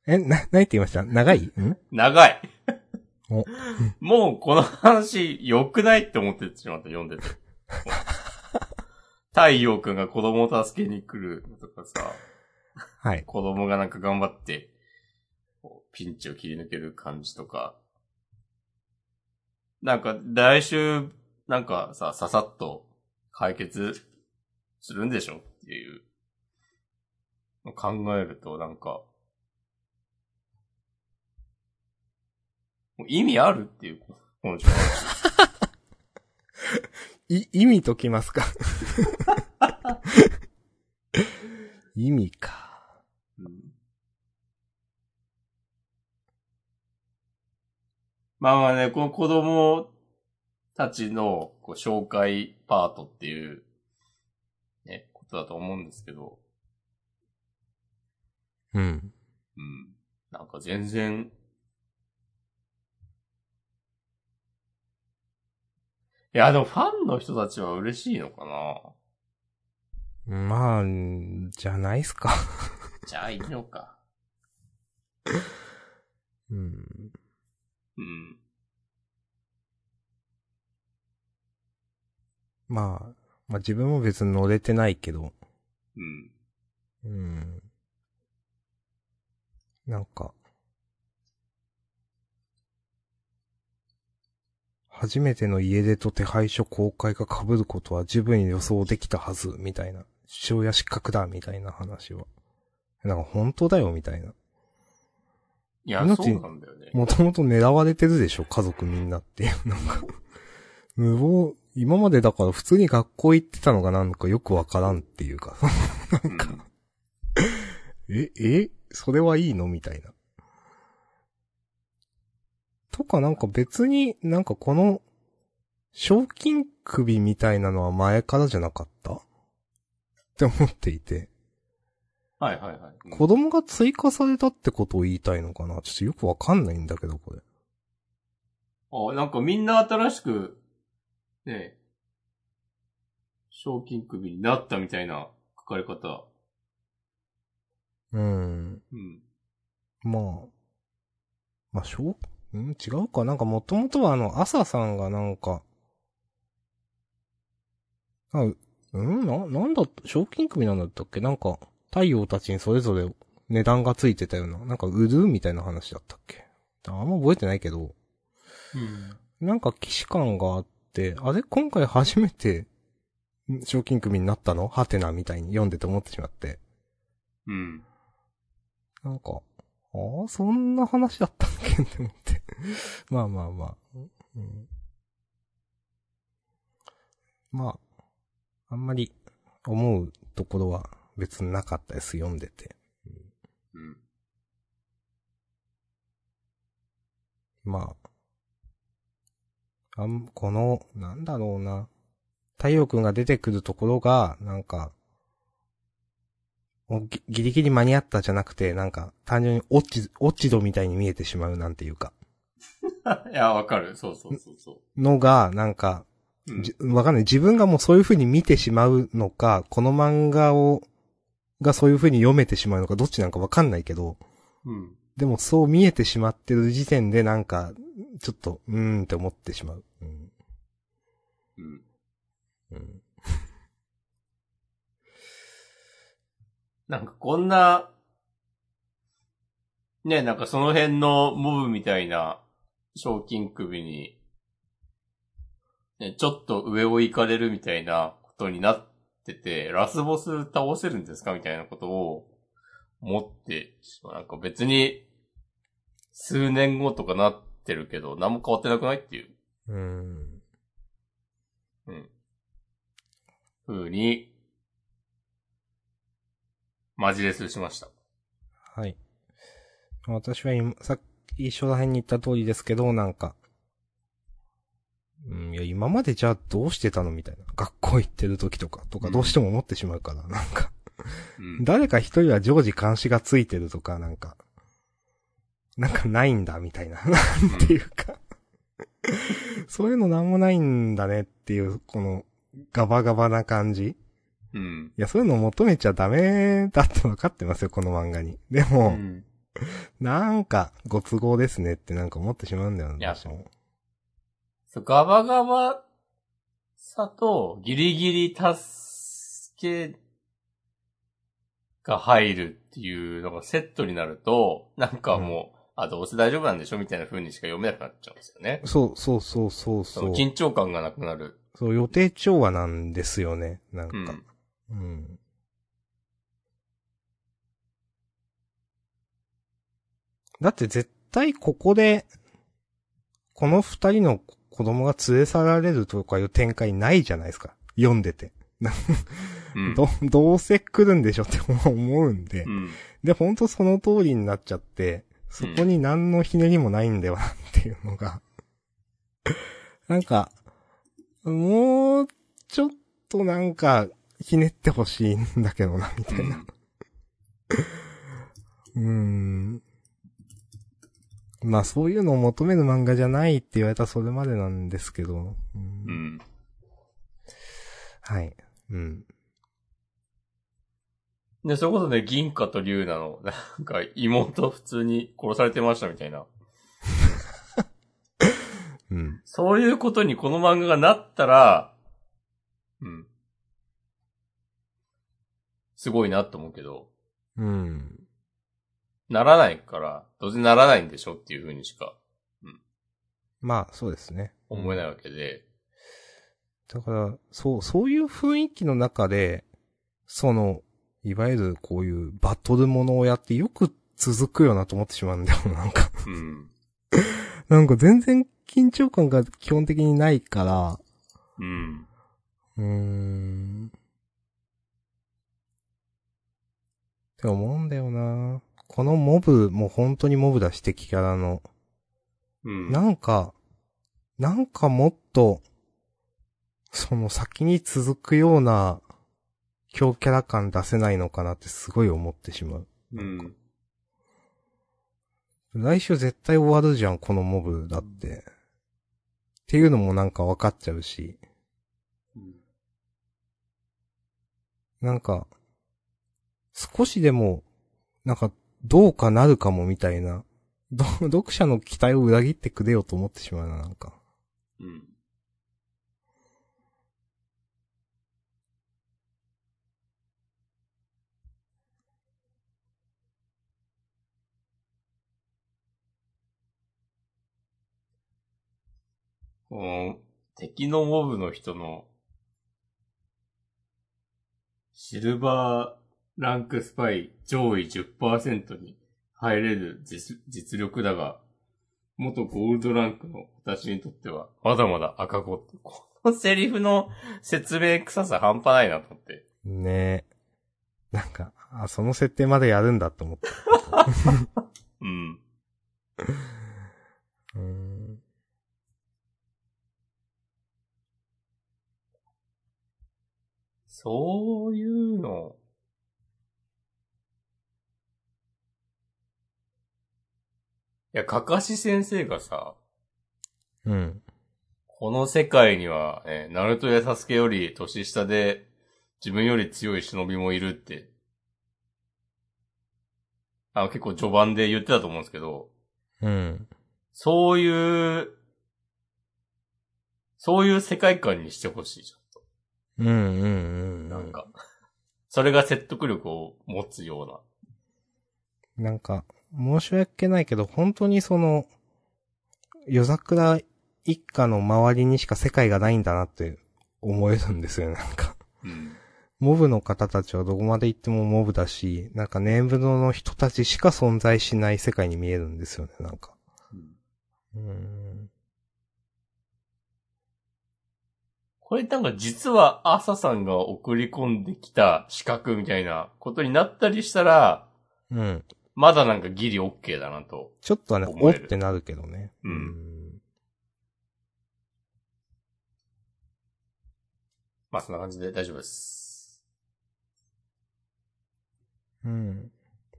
S2: え、な、何て言いました長いん
S1: 長い
S2: お
S1: もうこの話良くないって思ってしまった、読ん でて。太陽くんが子供を助けに来るとかさ、
S2: はい。
S1: 子供がなんか頑張って、こうピンチを切り抜ける感じとか。なんか来週、なんかさ、ささっと解決するんでしょっていう。考えるとなんか、もう意味あるっていう、この状況
S2: い、意味ときます か意味か。
S1: まあまあね、この子供たちのこう紹介パートっていう、ね、ことだと思うんですけど、
S2: うん。
S1: うん。なんか全然、いや、でもファンの人たちは嬉しいのかな
S2: まあ、じゃないっすか。
S1: じゃあいいのか。
S2: うん。
S1: うん。
S2: まあ、まあ自分も別に乗れてないけど、
S1: うん。
S2: うん。なんか、初めての家出と手配書公開が被ることは十分に予想できたはず、みたいな。父親失格だ、みたいな話は。なんか本当だよ、みたいな。
S1: いや、そ
S2: 命
S1: うなんだよね。
S2: もともと狙われてるでしょ、家族みんなって いう。なんか、無謀、今までだから普通に学校行ってたのがなんかよくわからんっていうか、
S1: うん
S2: え、え、それはいいのみたいな。とかなんか別になんかこの、賞金首みたいなのは前からじゃなかったって思っていて、
S1: はいはいはい。うん
S2: 子供が追加されたってことを言いたいのかなちょっとよくわかんないんだけど、これ。
S1: あ、なんかみんな新しく、ねえ、賞金首になったみたいな書かれ方。
S2: うん。
S1: うん。
S2: まあ。まあ、しょう、ん違うか。なんかもともとはあの、朝さんがなんか、あうんな、なんだ、賞金組なんだったっけなんか、太陽たちにそれぞれ値段がついてたような、なんか売るみたいな話だったっけあんま覚えてないけど、なんか騎士感があって、あれ今回初めて、ん賞金組になったのハテナみたいに読んでて思ってしまって。
S1: うん。
S2: なんか、ああ、そんな話だったっけって思って。 まあまあまあ。うん、まあ、あんまり思うところは別になかったです、読んでて。
S1: うん。
S2: まあ、あん、この、なんだろうな。太陽くんが出てくるところが、なんか、おぎギリギリ間に合ったじゃなくて、なんか、単純に落ち、落ち度みたいに見えてしまうなんていうか。
S1: いや、わかる。そうそうそうそ
S2: のが、なんか、
S1: う。うん
S2: じわかんない。自分がもうそういう風に見てしまうのか、この漫画を、がそういう風に読めてしまうのか、どっちなんかわかんないけど、
S1: うん。
S2: でもそう見えてしまってる時点でなんか、ちょっと、うーんって思ってしまう。うん。
S1: うん。
S2: うん。
S1: なんかこんな、ねえ、なんかその辺のモブみたいな賞金首に、ね、ちょっと上を行かれるみたいなことになってて、ラスボス倒せるんですかみたいなことを思ってしまう、なんか別に数年後とかなってるけど、何も変わってなくないっていう
S2: うーん。
S1: 風に、マジレスしました。
S2: はい。私は今、さっき一緒ら辺に言った通りですけど、なんか、うん、いや、今までじゃあどうしてたのみたいな。学校行ってる時とか、とかどうしても思ってしまうから、なんか。
S1: うん。
S2: 誰か一人は常時監視がついてるとか、なんか、なんかないんだ、みたいな、 なんていうか。そういうのなんもないんだねっていう、この、ガバガバな感じ。い
S1: うん。
S2: や、そういうの求めちゃダメだって分かってますよ、この漫画に。で
S1: う
S2: も、
S1: ん。
S2: なんか、ご都合ですねってなんか思ってしまうんだよ
S1: い
S2: ね。
S1: や
S2: 私も
S1: そうガバガバさとギリギリ助けが入るっていうのがセットになると、なんかもう、あ、どうせ大丈夫なんでしょみたいな風にしか読めなくなっちゃうんですよね。
S2: そうそうそうそう
S1: そ
S2: そう
S1: の。緊張感がなくなる。
S2: そう、予定調和なんですよね、なんか。
S1: うん。
S2: うん。だって絶対ここで、この二人の子供が連れ去られるとかいう展開ないじゃないですか。読んでて。
S1: うん。
S2: ど、どうせ来るんでしょって思うんで。
S1: うん。
S2: で、ほんとその通りになっちゃって、そこに何のひねりもないんだよなっていうのが。 なんか、もう、ちょっとなんか、ひねってほしいんだけどな、みたいな。うーん。まあそういうのを求める漫画じゃないって言われたらそれまでなんですけど。う
S1: うんん。
S2: はい。うん。
S1: で、それこそね、銀貨と竜なの、なんか妹普通に殺されてましたみたいな。
S2: うん。
S1: そういうことにこの漫画がなったら、うん。すごいなと思うけど、
S2: うん。
S1: ならないから、どうせならないんでしょっていうふうにしか
S2: まあ、そうですね。
S1: 思えないわけで、
S2: だから、そう、そういう雰囲気の中で、その、いわゆるこういうバトルものをやってよく続くよなと思ってしまうんだよ、なんか。
S1: うん。
S2: なんか全然緊張感が基本的にないから、
S1: うん。
S2: うーん。って思うんだよなこのモブ、もう本当にモブだし、敵キャラの。
S1: うん。
S2: なんか、なんかもっと、その先に続くような、強キャラ感出せないのかなってすごい思ってしまう。
S1: うん。
S2: 来週絶対終わるじゃん、このモブだって。っていうのもなんか分かっちゃうし。なんか、少しでも、なんか、どうかなるかもみたいな、ど読者の期待を裏切ってくれよと思ってしまうな、なんか。
S1: うん。この敵のモブの人の、シルバーランクスパイ上位10%に入れる実実力だが、元ゴールドランクの私にとっては、まだまだ赤子って、この セリフの説明臭さ半端ないなと思って。
S2: ねえ。なんか、あ、その設定までやるんだと思って。
S1: うん。
S2: うーん。
S1: そういうの。いや、かかし先生がさ、
S2: うん。
S1: この世界には、ね、ナルトやサスケより年下で、自分より強い忍びもいるって、あの結構序盤で言ってたと思うんですけど、
S2: うん。
S1: そういう、そういう世界観にしてほしいじ
S2: うん、うん、
S1: ゃ
S2: うん。
S1: ん。なん。か、それが説得力を持つような。
S2: なんか、申し訳ないけど、本当にその、夜桜一家の周りにしか世界がないんだなって思えるんですよね、なんか。
S1: うん。
S2: モブの方たちはどこまで行ってもモブだし、なんかネームドの人たちしか存在しない世界に見えるんですよね、なんか。うん。
S1: これなんか実は朝さんが送り込んできた資格みたいなことになったりしたら、
S2: うん。
S1: まだなんかギリオッケーだなと。
S2: ちょっとはね、
S1: 思
S2: おっ
S1: える
S2: てなるけどね。
S1: うん
S2: ん。
S1: まあそんな感じで大丈夫です。
S2: うん。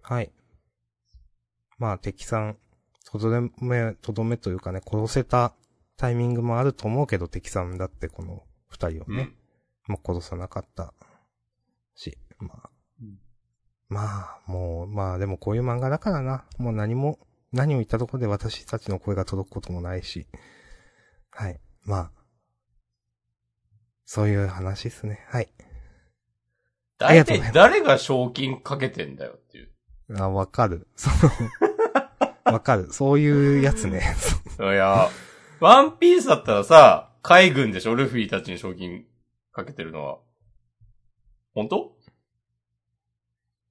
S2: はい。まあ、敵さん、とどめ、とどめというかね、殺せたタイミングもあると思うけど、敵さんだってこの二人を
S1: う
S2: ね。
S1: ん。
S2: もう殺さなかったし、まあ。
S1: うん
S2: まあ、もう、まあでもこういう漫画だからな。もう何も、何を言ったところで私たちの声が届くこともないし。はい。まあ。そういう話ですね。はい。あり
S1: 大
S2: がとうござ
S1: 体
S2: います
S1: 誰が賞金かけてんだよっていう。
S2: あ、わかる。その、わかる。そういうやつね。
S1: いや、ワンピースだったらさ、海軍でしょルフィたちに賞金かけてるのは。本当、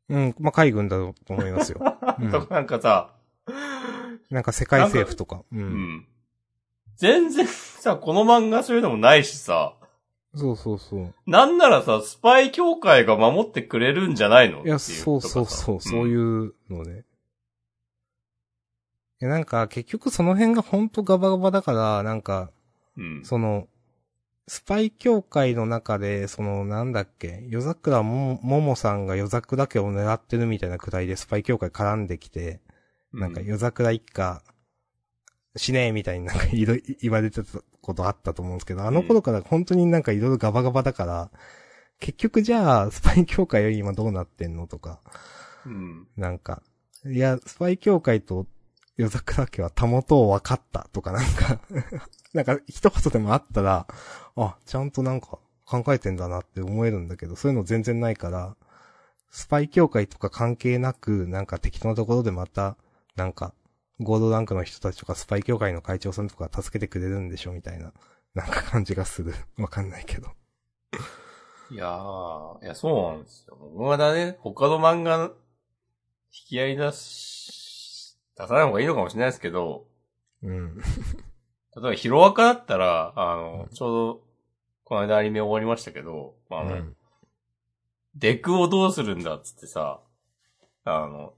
S2: うん。まあ海軍だと思いますよ。 うん
S1: とかなんかさ、
S2: なんか世界政府とか。う。
S1: うんん。全然さ、この漫画そういうのもないしさ、
S2: そうそうそう。
S1: なんならさ、スパイ協会が守ってくれるんじゃないの。
S2: いや、そうそうそう、そういううのね。いや、なんか、結局その辺がほんとガバガバだから、なんか、
S1: うん。
S2: その、スパイ協会の中で、その、なんだっけ、夜桜も、ももさんが夜桜家を狙ってるみたいなくらいでスパイ協会絡んできて、なんか
S1: う
S2: 夜桜一家、死ねえみたいになんかいろい言われてたことあったと思うんですけど、あの頃から本当になんかいろいろガバガバだから、結局じゃあ、スパイ協会は今どうなってんのとか、
S1: うん。
S2: なんか、いや、スパイ協会と夜桜家はたもとを分 かったとかなんか、なんか一言でもあったら、あ、ちゃんとなんか考えてんだなって思えるんだけど、そういうの全然ないから、スパイ協会とか関係なく、なんか適当なところでまた、なんか、ゴールドランクの人たちとかスパイ協会の会長さんとか助けてくれるんでしょみたいな、なんか感じがする。わかんないけど。
S1: いやー、いや、そうなんですよ。僕まだね、他の漫画、引き合い出し、出さない方がいいのかもしれないですけど、
S2: うん。
S1: 例えばヒロアカだったら、あの、
S2: うん
S1: ちょうど、この間アニメ終わりましたけど、あの、
S2: うん
S1: デクをどうするんだっつってさ、あの、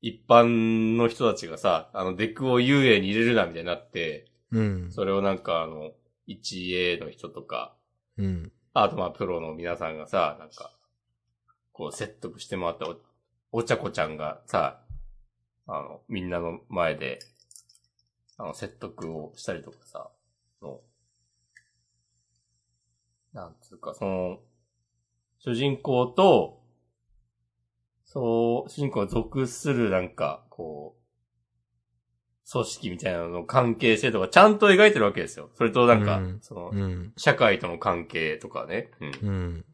S1: 一般の人たちがさ、あの、デクを遊泳に入れるなみたいになって、
S2: うん。
S1: それをなんかあの、1A の人とか、
S2: うん。
S1: あとまあプロの皆さんがさ、なんか、こう説得してもらったお、お茶子ちゃんがさ、あの、みんなの前で、あの、説得をしたりとかさ、の、なんつうか、その、主人公と、そう、主人公が属するなんか、こう、組織みたいなのの関係性とかちゃんと描いてるわけですよ。それとなんか、
S2: うん
S1: その、
S2: うん。
S1: 社会との関係とかね。うん。
S2: うん。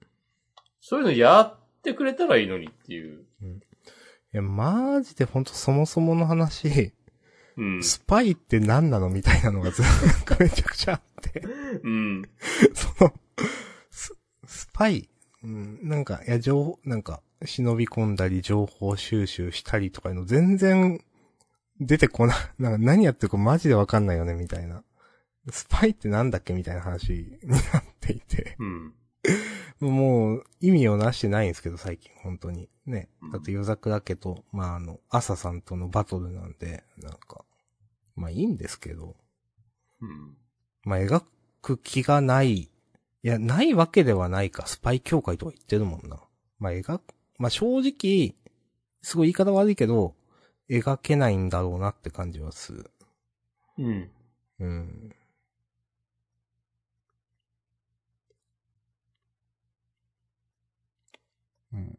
S1: そういうのやってくれたらいいのにっていう。
S2: いや、マジでほんとそもそもの話、
S1: うん。
S2: スパイって何なのみたいなのがずっと めちゃくちゃあって、
S1: うん。
S2: その、ス、スパイ、うん、なんか、いや、情報、なんか、忍び込んだり、情報収集したりとかいうの全然出てこな、なんか何やってるかマジでわかんないよね、みたいな。スパイってなんだっけみたいな話になっていて。
S1: うん。
S2: もう、意味をなしてないんですけど、最近、本当に。ね
S1: うん。
S2: だって、夜桜家と、まあ、あの、朝さんとのバトルなんで、なんか、まあ、いいんですけど、
S1: うん。
S2: まあ、描く気がない。いや、ないわけではないか、スパイ協会とは言ってるもんな。まあ、描く、まあ、正直、すごい言い方悪いけど、描けないんだろうなって感じはする。
S1: うん。
S2: うん。うん。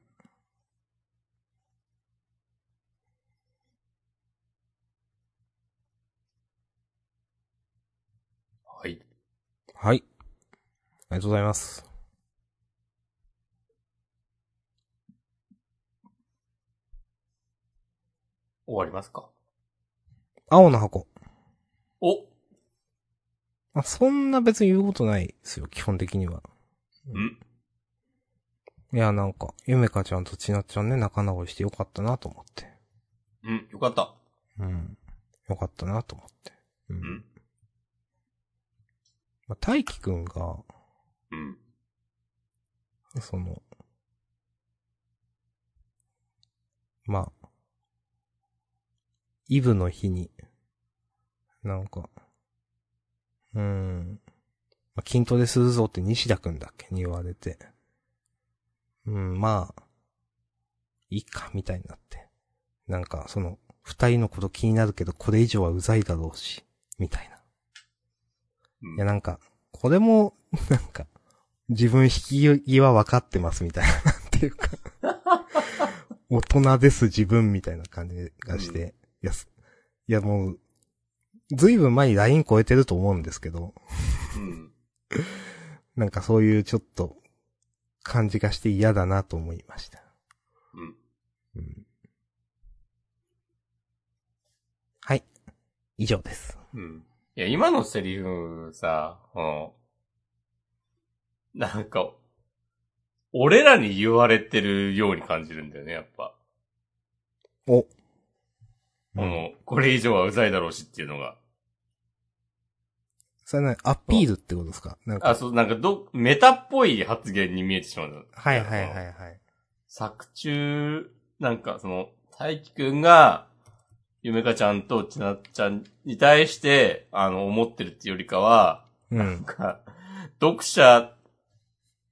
S1: はい。
S2: はい。ありがとうございます。
S1: 終わりますか。
S2: 青の箱。
S1: お
S2: あ、そんな別に言うことないですよ、基本的には。
S1: ん
S2: いや、なんか、ゆめかちゃんとちなちゃんね、仲直りしてよかったなと思って。
S1: うん。よかった。
S2: うん。よかったなと思って。うん
S1: ん
S2: まあ、大輝くんが、
S1: うん。
S2: その、まあ、イブの日に、なんか、うーん、まあ、筋トレするぞって西田くんだっけに言われて、うん、まあ、いいか、みたいになって。なんか、その、二人のこと気になるけど、これ以上はうざいだろうし、みたいな。
S1: うん
S2: いや、なんか、これも、 なんか、自分引き際分かってますみたいな、 なんていうか、大人です自分みたいな感じがして、いや、すいやもう、ずいぶん前に LINE 超えてると思うんですけど、
S1: うん。
S2: なんかそういうちょっと、感じがして嫌だなと思いました。
S1: うん。
S2: うんはい。以上です。
S1: うん。いや、今のセリフさ、うん。なんか、俺らに言われてるように感じるんだよね、やっぱ。
S2: お。
S1: この、これ以上はうざいだろうしっていうのが。
S2: それはねアピールってことですかなん
S1: あ、
S2: か。
S1: そう、なんかど、メタっぽい発言に見えてしまう。
S2: はいはいは
S1: い。
S2: いはい。
S1: 作中、なんかその、大輝くんが、ゆめかちゃんとちなっちゃんに対して、あの、思ってるっていうよりかは、
S2: うん。
S1: なんか、読者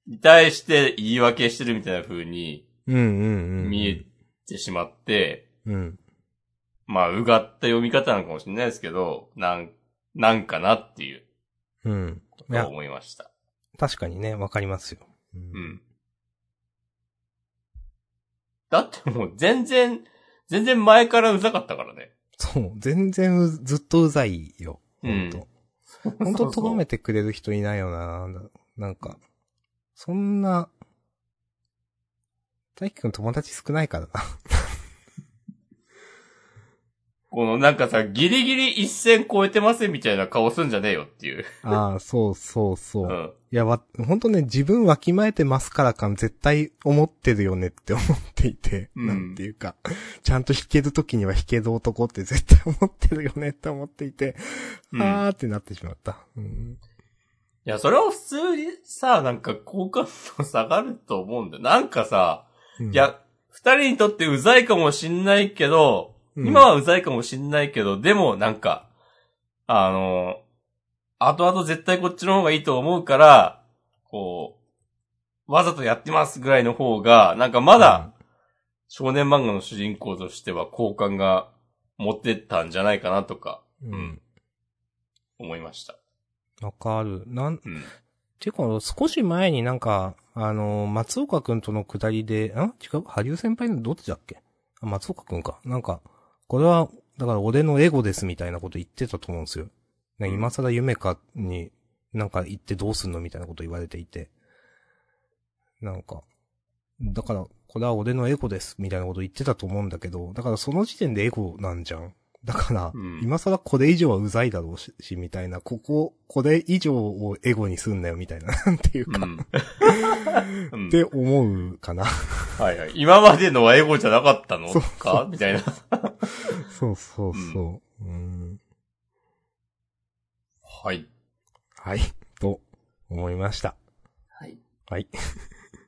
S1: に対して言い訳してるみたいな風に
S2: うんうんうん。
S1: 見えてしまって、
S2: うん。
S1: まあ、うがった読み方なのかもしれないですけど、なん、なんかなっていう、
S2: うん。いや、
S1: 思いました。
S2: 確かにね、わかりますよ。う。
S1: うんん。だってもう全然、全然前からうざかったからね。
S2: そう、全然うずっとうざいよ。ほんと。ほんと、とどめてくれる人いないよな。ななんか、そんな、大輝くん友達少ないからな。
S1: このなんかさ、ギリギリ一線超えてませんみたいな顔すんじゃねえよっていう。
S2: ああ、そうそうそうう。
S1: ん。
S2: いや、わ、ほんとね、自分わきまえてますからかん、絶対思ってるよねって思っていて、
S1: うん
S2: なんていうか、ちゃんと弾ける時には弾ける男って絶対思ってるよねって思っていて、
S1: うん
S2: あーってなってしまった。うん、
S1: いや、それは普通にさ、なんか好感度下がると思うんだよ。なんかさ、
S2: うん
S1: い、や、二人にとってうざいかもしんないけど、
S2: うん
S1: 今はうざいかもしんないけど、でもなんか、あの、後々絶対こっちの方がいいと思うから、こう、わざとやってますぐらいの方が、なんかまだ、少年漫画の主人公としては好感が持ってたんじゃないかなとか、
S2: うん、
S1: うん思いました。
S2: わかる。な
S1: う
S2: ん、
S1: ん。
S2: ていうか、少し前になんか、あのー松岡くんとのくだりで、ん違う羽生先輩のどっちだっけあ松岡くんか。なんか、これは、だから俺のエゴですみたいなこと言ってたと思うんですよ。ね、
S1: うん
S2: 今更夢かに、なんか言ってどうすんのみたいなこと言われていて。なんか、だから、これは俺のエゴですみたいなこと言ってたと思うんだけど、だからその時点でエゴなんじゃん。だから、
S1: うん
S2: 今更これ以上はうざいだろうし、しみたいな、ここ、これ以上をエゴにすんなよ、みたいな、 なんていう
S1: う
S2: か、
S1: ん うん
S2: って思うかな。
S1: はいはい。今までのはエゴじゃなかったの
S2: そう
S1: かみたいな。
S2: そうそうそう。うん、
S1: はい。
S2: はい、と思いました。
S1: はい。
S2: はい。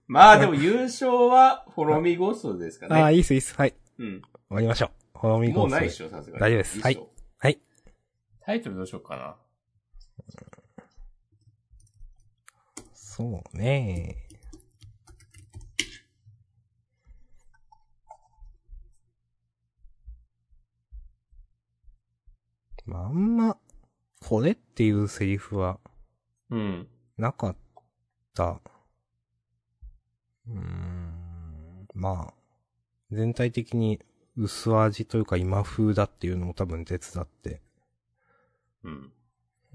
S1: まあでも優勝は、フォロミーゴーストですか
S2: ああ、
S1: ね。
S2: いいっす、いいっす。はい。
S1: うん。
S2: 終わりましょう。ほろみ
S1: もう
S2: ゴースト
S1: ないでしょ、さすがに。
S2: 大丈夫です
S1: っしょ
S2: はいはい。
S1: タイトルどうしようかな。
S2: そうねまあ、あんま、これっていうセリフは
S1: うん。
S2: なかった。うーん。まあ、全体的に薄味というか今風だっていうのも多分手伝って。
S1: うん。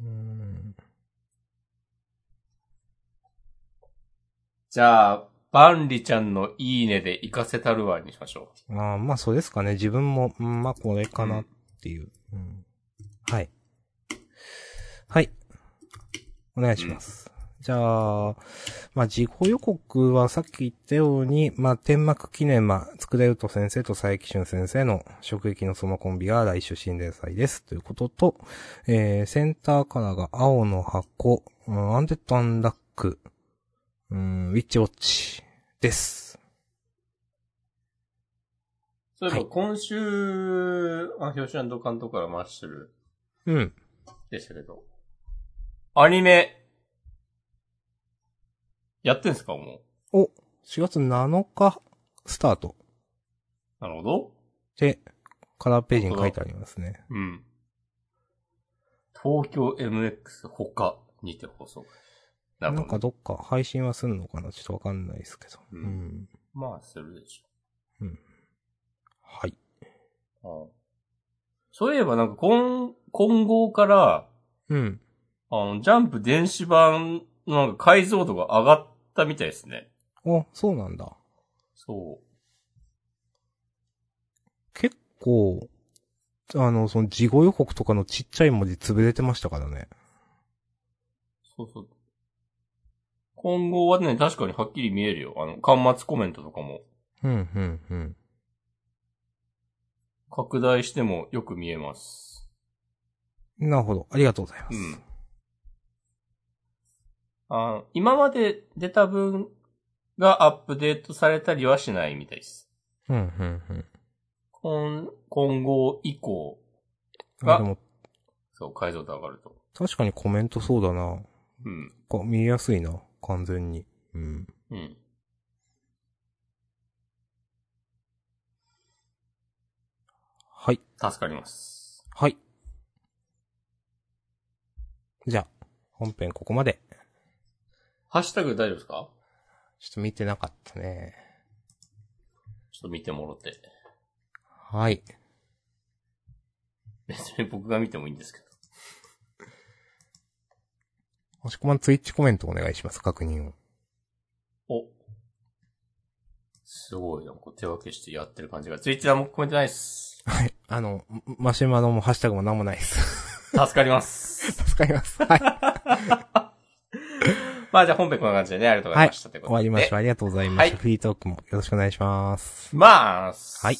S2: うーん。
S1: じゃあ、バンリちゃんのいいねで行かせたるわにしましょ
S2: まあ、まあそうですかね。自分も、うんまあこれかなっていう。うんはい。はい。お願いします。じゃあ、まあ、事故予告はさっき言ったように、まあ、天幕記念、まあ、つくれうと先生と佐伯俊先生の職域のそのコンビが来週新連載です。ということと、えー、センターカラーが青の箱、うん、アンデッドアンラック、うん、ウィッチウォッチです。
S1: う。そういえば
S2: はい
S1: 今週、あ、表紙監督からマッシュル
S2: うん。
S1: でしたけど。アニメ、やってんすかもう。
S2: お、4月7日スタート
S1: なるほど。
S2: で、カラーページに書いてありますね。
S1: うん。東京 MX 他にて放送。なるほ
S2: なん
S1: ど。
S2: かどっか配信はすんのかなちょっとわかんないですけど。
S1: う
S2: うんん。
S1: まあ、するでし
S2: はい。
S1: ょう。うんそういえばなんか今、今後から、
S2: うん。
S1: あの、ジャンプ電子版のなんか解像度が上がったみたいですね。
S2: あ、そうなんだ。
S1: そ
S2: 結構、あの、その事後予告とかのちっちゃい文字潰れてましたからね。
S1: う。そうそう。今後はね、確かにはっきり見えるよ。あの、端末コメントとかも
S2: うん、うん、うん。
S1: 拡大してもよく見えます。
S2: なるほど。ありがとうございます。
S1: うん。あ今まで出た分がアップデートされたりはしないみたいです。
S2: うん、うん、うん。
S1: 今、今後以降、
S2: あ、
S1: あ
S2: でも、
S1: そう、解像度上がると。
S2: 確かにコメントそうだな。
S1: うん。
S2: こ見えやすいな。完全に。うん。
S1: うん。
S2: はい。
S1: 助かります。
S2: はい。じゃあ、本編ここまで。
S1: ハッシュタグ大丈夫ですか
S2: ちょっと見てなかったね。
S1: ちょっと見てもろって。
S2: はい。
S1: 別に僕が見てもいいんですけど。
S2: もしこまんツイッチコメントお願いします、確認を。
S1: すごい、なんか手分けしてやってる感じが。ツイッターもコメントないっす。
S2: はい。あの、マシュマロもハッシュタグもなんもないです。
S1: 助かります。
S2: 助かります。はい。
S1: まあじゃあ本編こんな感じでね、ありがとうございました。ということ
S2: 終
S1: で
S2: わりましょう。ありがとうございました。フリートークもよろしくお願いします。
S1: まあ、
S2: はい。